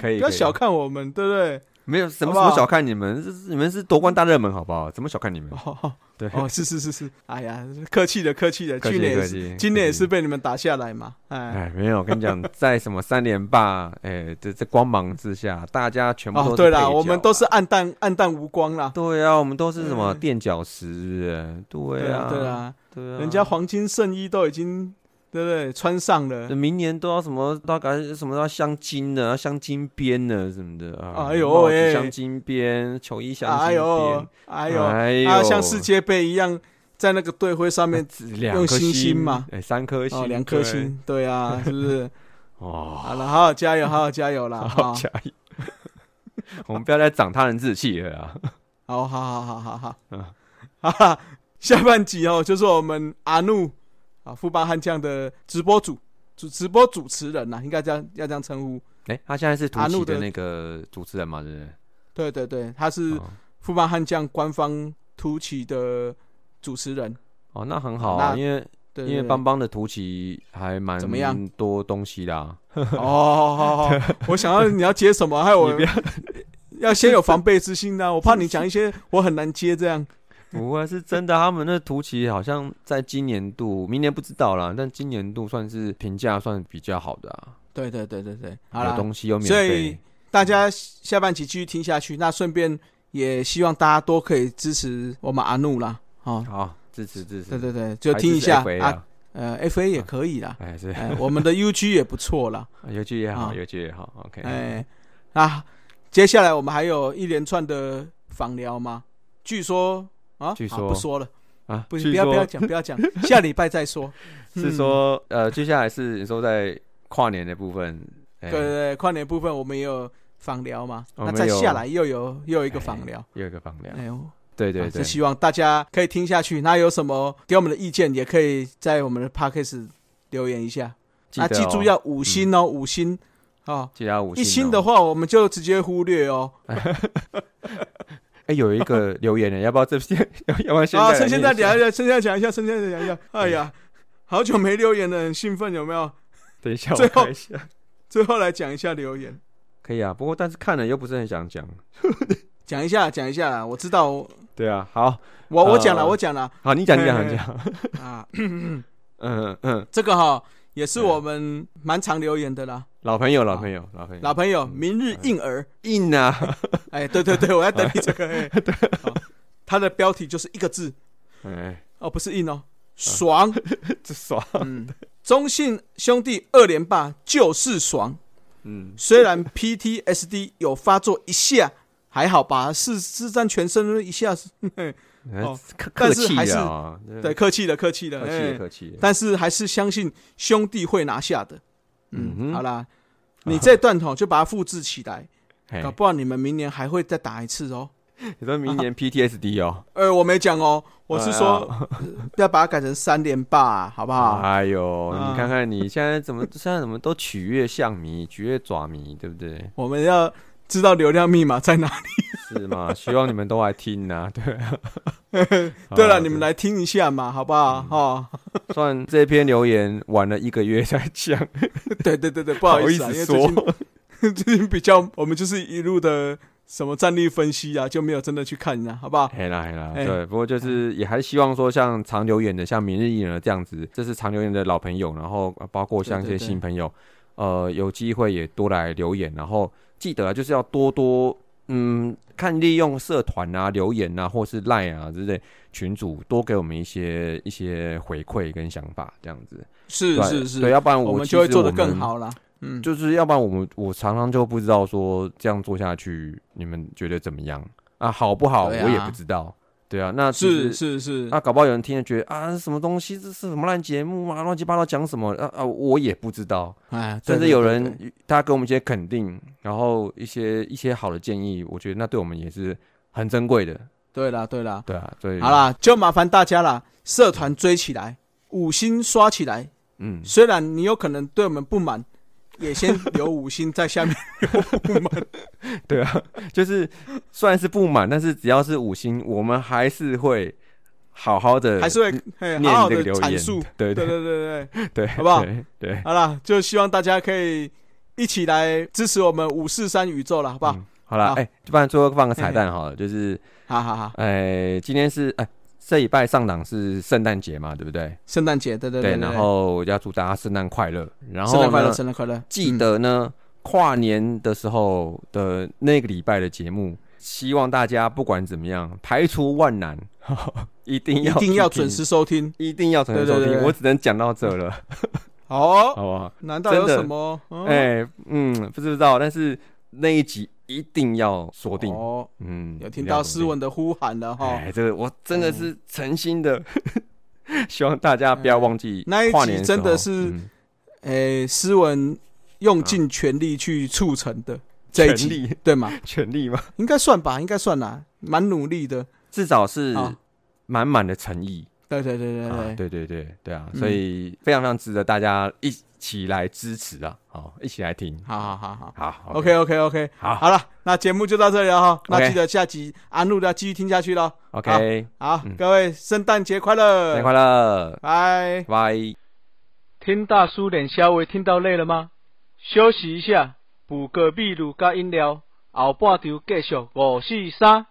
[SPEAKER 5] 可以，
[SPEAKER 3] 不要
[SPEAKER 5] 可以
[SPEAKER 3] 小看我们，对不对？
[SPEAKER 5] 没有什么
[SPEAKER 3] 好不
[SPEAKER 5] 什
[SPEAKER 3] 好
[SPEAKER 5] 么小看你们，这是你们是夺冠大热门，好不好？怎么小看你们？
[SPEAKER 3] 哦，
[SPEAKER 5] 对，
[SPEAKER 3] 哦，是是是是，哎呀，客气的客气的，
[SPEAKER 5] 客
[SPEAKER 3] 去
[SPEAKER 5] 气
[SPEAKER 3] 年也
[SPEAKER 5] 客
[SPEAKER 3] 是，
[SPEAKER 5] 气，
[SPEAKER 3] 今年也
[SPEAKER 5] 客气
[SPEAKER 3] 是被你们打下来嘛，哎，
[SPEAKER 5] 哎，没有，我跟 你讲，在什么三连霸，哎，这这光芒之下，大家全部都是
[SPEAKER 3] 哦，对
[SPEAKER 5] 配
[SPEAKER 3] 啦，
[SPEAKER 5] 角
[SPEAKER 3] 我们都是
[SPEAKER 5] 啊
[SPEAKER 3] 暗淡暗淡无光啦，
[SPEAKER 5] 对啊，我们都是什么
[SPEAKER 3] 嗯
[SPEAKER 5] 垫脚石，是不是对啊，
[SPEAKER 3] 对，啊，
[SPEAKER 5] 对啊，
[SPEAKER 3] 人家黄金圣衣都已经对不对穿上了，
[SPEAKER 5] 明年都要什么，大概什么都要镶金的，要镶金边的什么的啊，
[SPEAKER 3] 哎呦
[SPEAKER 5] 帽子
[SPEAKER 3] 喂
[SPEAKER 5] 镶金边，球衣镶
[SPEAKER 3] 哎
[SPEAKER 5] 金
[SPEAKER 3] 呦
[SPEAKER 5] 边，，
[SPEAKER 3] 哎呦，
[SPEAKER 5] 哎呦
[SPEAKER 3] 啊，像世界杯一样，在那个队徽上面
[SPEAKER 5] 两
[SPEAKER 3] 用
[SPEAKER 5] 颗
[SPEAKER 3] 星
[SPEAKER 5] 星
[SPEAKER 3] 星嘛
[SPEAKER 5] 哎，三颗
[SPEAKER 3] 哦，
[SPEAKER 5] 星，
[SPEAKER 3] 两颗星，对 啊，是不是？
[SPEAKER 5] 对，哦，
[SPEAKER 3] 好了，好好加油，好好加油啦，
[SPEAKER 5] 好
[SPEAKER 3] 哈，
[SPEAKER 5] 加油，我们不要再长他人志气了啊。
[SPEAKER 3] 好好好好好好，
[SPEAKER 5] 嗯
[SPEAKER 3] 哈哈，下半集哦，就是我们阿怒啊，富邦悍将的直播主主直播主持人呐、啊应该这样要这样称呼，
[SPEAKER 5] 哎、他现在是
[SPEAKER 3] 阿怒
[SPEAKER 5] 图奇
[SPEAKER 3] 的
[SPEAKER 5] 的那个主持人嘛，对不对？
[SPEAKER 3] 对对对，他是
[SPEAKER 5] 哦
[SPEAKER 3] 富邦悍将官方突起的主持人，
[SPEAKER 5] 哦，那很好、
[SPEAKER 3] 那
[SPEAKER 5] 啊，因为
[SPEAKER 3] 对
[SPEAKER 5] 因为
[SPEAKER 3] 对对
[SPEAKER 5] 邦邦的图奇还蛮
[SPEAKER 3] 怎么样
[SPEAKER 5] 多东西啊啦。
[SPEAKER 3] 哦，好好 好，我想要你要接什么，害我
[SPEAKER 5] 你
[SPEAKER 3] 要先有防备之心啊呢、我怕你讲一些我很难接这样。
[SPEAKER 5] 不会是真的，他们那图奇好像在今年度，明年不知道啦，但今年度算是评价算比较好的啊，
[SPEAKER 3] 对对对对对，好
[SPEAKER 5] 有
[SPEAKER 3] 了，
[SPEAKER 5] 东西有免
[SPEAKER 3] 所以
[SPEAKER 5] 费。
[SPEAKER 3] 大家下半集继续听下去，那顺便也希望大家都可以支持我们阿怒啦，哦，
[SPEAKER 5] 好，支持支持，
[SPEAKER 3] 对对对，就
[SPEAKER 5] 还
[SPEAKER 3] 听
[SPEAKER 5] 支
[SPEAKER 3] 一
[SPEAKER 5] 持
[SPEAKER 3] 下
[SPEAKER 5] FA
[SPEAKER 3] 啊，
[SPEAKER 5] 啊，
[SPEAKER 3] 呃，F A 也可以 啦，
[SPEAKER 5] 哎是，
[SPEAKER 3] 哎，我们的 U G 也不错 啦，
[SPEAKER 5] 有趣也
[SPEAKER 3] 啊
[SPEAKER 5] 好，有趣也好，OK，
[SPEAKER 3] 哎，啊，接下来我们还有一连串的访聊吗？据说啊，
[SPEAKER 5] 据
[SPEAKER 3] 好
[SPEAKER 5] 说
[SPEAKER 3] 不说了，
[SPEAKER 5] 啊，
[SPEAKER 3] 不
[SPEAKER 5] 据
[SPEAKER 3] 不要不要
[SPEAKER 5] 说
[SPEAKER 3] 讲不要 讲，下礼拜再说。
[SPEAKER 5] 是
[SPEAKER 3] 嗯
[SPEAKER 5] 说呃，接下来是你说在跨年的部分，哎
[SPEAKER 3] 对对对，跨年部分我们也有访聊嘛，
[SPEAKER 5] 我
[SPEAKER 3] 那
[SPEAKER 5] 们
[SPEAKER 3] 再
[SPEAKER 5] 有哎
[SPEAKER 3] 下来又有又有一个访聊，
[SPEAKER 5] 有一个放量，
[SPEAKER 3] 哎呦，
[SPEAKER 5] 对对
[SPEAKER 3] 啊就，
[SPEAKER 5] 对
[SPEAKER 3] 希望大家可以听下去。那有什么给我们的意见，也可以在我们的 podcast 留言一下。那
[SPEAKER 5] 得
[SPEAKER 3] 记住
[SPEAKER 5] 哦
[SPEAKER 3] 要五星哦，五星哦。
[SPEAKER 5] 记得要五
[SPEAKER 3] 一
[SPEAKER 5] 星
[SPEAKER 3] 星
[SPEAKER 5] 哦
[SPEAKER 3] 的话，我们就直接忽略哦。
[SPEAKER 5] 哎、有一个留言呢，要不要这边？要不要现在
[SPEAKER 3] 啊，
[SPEAKER 5] 来
[SPEAKER 3] 趁
[SPEAKER 5] 念一下？
[SPEAKER 3] 现在讲一下，趁现在讲一下，趁现在讲一下。哎 呀，好久没留言了，很兴奋，有没有？
[SPEAKER 5] 等一下，
[SPEAKER 3] 最
[SPEAKER 5] 我
[SPEAKER 3] 后
[SPEAKER 5] 看一下。
[SPEAKER 3] 最后来讲一下留言，
[SPEAKER 5] 可以啊，不过但是看了又不是很想讲。
[SPEAKER 3] 讲一下，讲一下啦。我知道，我
[SPEAKER 5] 对啊，好
[SPEAKER 3] 我我讲了，
[SPEAKER 5] 呃
[SPEAKER 3] 我讲了
[SPEAKER 5] 好，你讲你讲
[SPEAKER 3] 嘿
[SPEAKER 5] 你讲。
[SPEAKER 3] 啊。
[SPEAKER 5] 嗯嗯，
[SPEAKER 3] 这个哈也是我们蛮常留言的啦，
[SPEAKER 5] 老朋友，老朋友，老朋友，
[SPEAKER 3] 老朋友，明
[SPEAKER 5] 嗯
[SPEAKER 3] 日应儿，
[SPEAKER 5] 硬啊！
[SPEAKER 3] 哎，对对对，我在等你这个，哎，好他的标题就是一个字，
[SPEAKER 5] 哎，
[SPEAKER 3] 哦，不是硬哦， 爽。
[SPEAKER 5] 这爽，
[SPEAKER 3] 嗯，中信兄弟二连霸就是爽。
[SPEAKER 5] 嗯，
[SPEAKER 3] 虽然 PTSD 有发作一下，还好吧，是是占全身一下，哦
[SPEAKER 5] 客
[SPEAKER 3] 但
[SPEAKER 5] 客
[SPEAKER 3] 是
[SPEAKER 5] 气
[SPEAKER 3] 还是
[SPEAKER 5] 了啊，对
[SPEAKER 3] 对，客气了，客气了，
[SPEAKER 5] 客气
[SPEAKER 3] 哎
[SPEAKER 5] 了客气了，
[SPEAKER 3] 但是还是相信兄弟会拿下的。嗯，
[SPEAKER 5] 嗯哼
[SPEAKER 3] 好啦，你这段吼就把它复制起来，
[SPEAKER 5] 嘿
[SPEAKER 3] 搞不好你们明年还会再打一次哦。
[SPEAKER 5] 你说明年 PTSD 哦，
[SPEAKER 3] 呃，我没讲哦，我是说
[SPEAKER 5] 哎呀，
[SPEAKER 3] 要把它改成三连霸啊、好不好？
[SPEAKER 5] 哎呦，
[SPEAKER 3] 啊
[SPEAKER 5] 你看看你现在怎么现在怎么都取悦象迷，取悦爪迷，对不对？
[SPEAKER 3] 我们要知道流量密码在 哪里。。
[SPEAKER 5] 是吗？希望你们都来听呐、对 啊
[SPEAKER 3] 对
[SPEAKER 5] 好
[SPEAKER 3] 了，你们，来听一下嘛，好不
[SPEAKER 5] 嗯
[SPEAKER 3] 好？哦，
[SPEAKER 5] 算这篇留言晚了一个月才讲，
[SPEAKER 3] 对对对对，不好意思啊，因
[SPEAKER 5] 不好
[SPEAKER 3] 为
[SPEAKER 5] 意思
[SPEAKER 3] 最近 最近比较，我们就是一路的什么战力分析啊，就没有真的去看啊，好不好？
[SPEAKER 5] 嘿啦嘿啦，
[SPEAKER 3] 哎
[SPEAKER 5] 对。不过就是也还希望说，像常留言的，像明日艺人这样子，这是常留言的老朋友，然后呃包括像一
[SPEAKER 3] 对
[SPEAKER 5] 些
[SPEAKER 3] 对对
[SPEAKER 5] 新朋友，呃，有机会也多来留言，然后记得啊，就是要多多嗯，看利用社团啊、留言啊，或是赖啊之类群主，多给我们一些一些回馈跟想法，这样子。
[SPEAKER 3] 是
[SPEAKER 5] 对
[SPEAKER 3] 是是，
[SPEAKER 5] 对，要不然
[SPEAKER 3] 我们
[SPEAKER 5] 其
[SPEAKER 3] 就会
[SPEAKER 5] 实
[SPEAKER 3] 做得
[SPEAKER 5] 我
[SPEAKER 3] 更
[SPEAKER 5] 们
[SPEAKER 3] 好啦。嗯，
[SPEAKER 5] 就是要不然我们我常常就不知道说这样做下去，你们觉得怎么样啊？好不好？
[SPEAKER 3] 对啊
[SPEAKER 5] 我也不知道。对啊，那其
[SPEAKER 3] 是
[SPEAKER 5] 实
[SPEAKER 3] 是是
[SPEAKER 5] 啊，搞不好有人听了觉得啊，什么东西这是什么烂节目啊，乱七八糟讲什么啊啊，我也不知道。
[SPEAKER 3] 哎，对
[SPEAKER 5] 甚至
[SPEAKER 3] 对
[SPEAKER 5] 有
[SPEAKER 3] 对
[SPEAKER 5] 人
[SPEAKER 3] 对
[SPEAKER 5] 大家给我们一些肯定，然后一些一些好的建议，我觉得那对我们也是很珍贵的。
[SPEAKER 3] 对啦对啦，
[SPEAKER 5] 对啊，所以
[SPEAKER 3] 好，啦，就麻烦大家啦，社团追起来，五星刷起来。
[SPEAKER 5] 嗯，
[SPEAKER 3] 虽然你有可能对我们不满，也先留五星在下面留不满。
[SPEAKER 5] 对啊， 就是虽然是不满，但是只要是五星，我们还是会好好的，
[SPEAKER 3] 还是会嘿
[SPEAKER 5] 念
[SPEAKER 3] 好好
[SPEAKER 5] 你这
[SPEAKER 3] 的
[SPEAKER 5] 个留
[SPEAKER 3] 阐
[SPEAKER 5] 言
[SPEAKER 3] 述。
[SPEAKER 5] 对
[SPEAKER 3] 对对
[SPEAKER 5] 对
[SPEAKER 3] 对对，对
[SPEAKER 5] 对，
[SPEAKER 3] 好不好
[SPEAKER 5] 对对，
[SPEAKER 3] 好啦，就希望大家可以一起来支持我们五四三宇宙了，好不好？
[SPEAKER 5] 嗯好了
[SPEAKER 3] 好，
[SPEAKER 5] 哎，不然最后放个彩
[SPEAKER 3] 嘿
[SPEAKER 5] 蛋好了，就是
[SPEAKER 3] 好好好，
[SPEAKER 5] 哎，今天是哎。这礼拜上档是圣诞节嘛，对不对？
[SPEAKER 3] 圣诞节，对对对，
[SPEAKER 5] 然后要祝大家圣诞快乐。然
[SPEAKER 3] 圣
[SPEAKER 5] 后
[SPEAKER 3] 诞快乐，
[SPEAKER 5] 呢，
[SPEAKER 3] 圣诞快乐，
[SPEAKER 5] 记
[SPEAKER 3] 嗯
[SPEAKER 5] 得呢，跨年的时候的那个礼拜的节目，希望大家不管怎么样，排除万难， 一定
[SPEAKER 3] 一
[SPEAKER 5] 要
[SPEAKER 3] 定要
[SPEAKER 5] 去听
[SPEAKER 3] 准时，收听。
[SPEAKER 5] 一定要准时
[SPEAKER 3] 对
[SPEAKER 5] 收
[SPEAKER 3] 对对
[SPEAKER 5] 听。
[SPEAKER 3] 对
[SPEAKER 5] 我只能讲到这 了，
[SPEAKER 3] 好哦，
[SPEAKER 5] 好不好？
[SPEAKER 3] 难道有
[SPEAKER 5] 真的
[SPEAKER 3] 什么？嗯
[SPEAKER 5] 哎，嗯，不知道，但是那一集一定要锁定。
[SPEAKER 3] 哦，
[SPEAKER 5] 嗯，
[SPEAKER 3] 有
[SPEAKER 5] 一
[SPEAKER 3] 听
[SPEAKER 5] 定要
[SPEAKER 3] 到
[SPEAKER 5] 锁
[SPEAKER 3] 斯
[SPEAKER 5] 定
[SPEAKER 3] 文的呼喊了哈。
[SPEAKER 5] 哎，这个我真的
[SPEAKER 3] 哦
[SPEAKER 5] 是诚心的， 希望大家不要忘记
[SPEAKER 3] 嗯那一集
[SPEAKER 5] 跨年时候
[SPEAKER 3] 真的是
[SPEAKER 5] 嗯
[SPEAKER 3] 诶、斯文用尽全力去促成的这一
[SPEAKER 5] 全
[SPEAKER 3] 集，
[SPEAKER 5] 力
[SPEAKER 3] 对吗？
[SPEAKER 5] 全力嘛，
[SPEAKER 3] 应该算吧，应该算啦，蛮努力的。
[SPEAKER 5] 至少是
[SPEAKER 3] 啊
[SPEAKER 5] 满满的诚意
[SPEAKER 3] 对对对对对，
[SPEAKER 5] 啊！对对对对啊，
[SPEAKER 3] 嗯
[SPEAKER 5] 所以非常非常值得大家一起来支持啊！好，一起来听，
[SPEAKER 3] 好好好好
[SPEAKER 5] 好
[SPEAKER 3] ，OK OK OK，
[SPEAKER 5] 好
[SPEAKER 3] 好了，那节目就到这里了哈。那
[SPEAKER 5] OK
[SPEAKER 3] 记得下集安陆要继续听下去喽。
[SPEAKER 5] OK，
[SPEAKER 3] 好，
[SPEAKER 5] 嗯
[SPEAKER 3] 各位圣诞节快乐，
[SPEAKER 5] 新年快乐，
[SPEAKER 3] 拜。
[SPEAKER 5] 拜。
[SPEAKER 3] 听大叔脸稍微听到累了吗？休息一下，补个秘鲁加饮料，后半场继续五四三。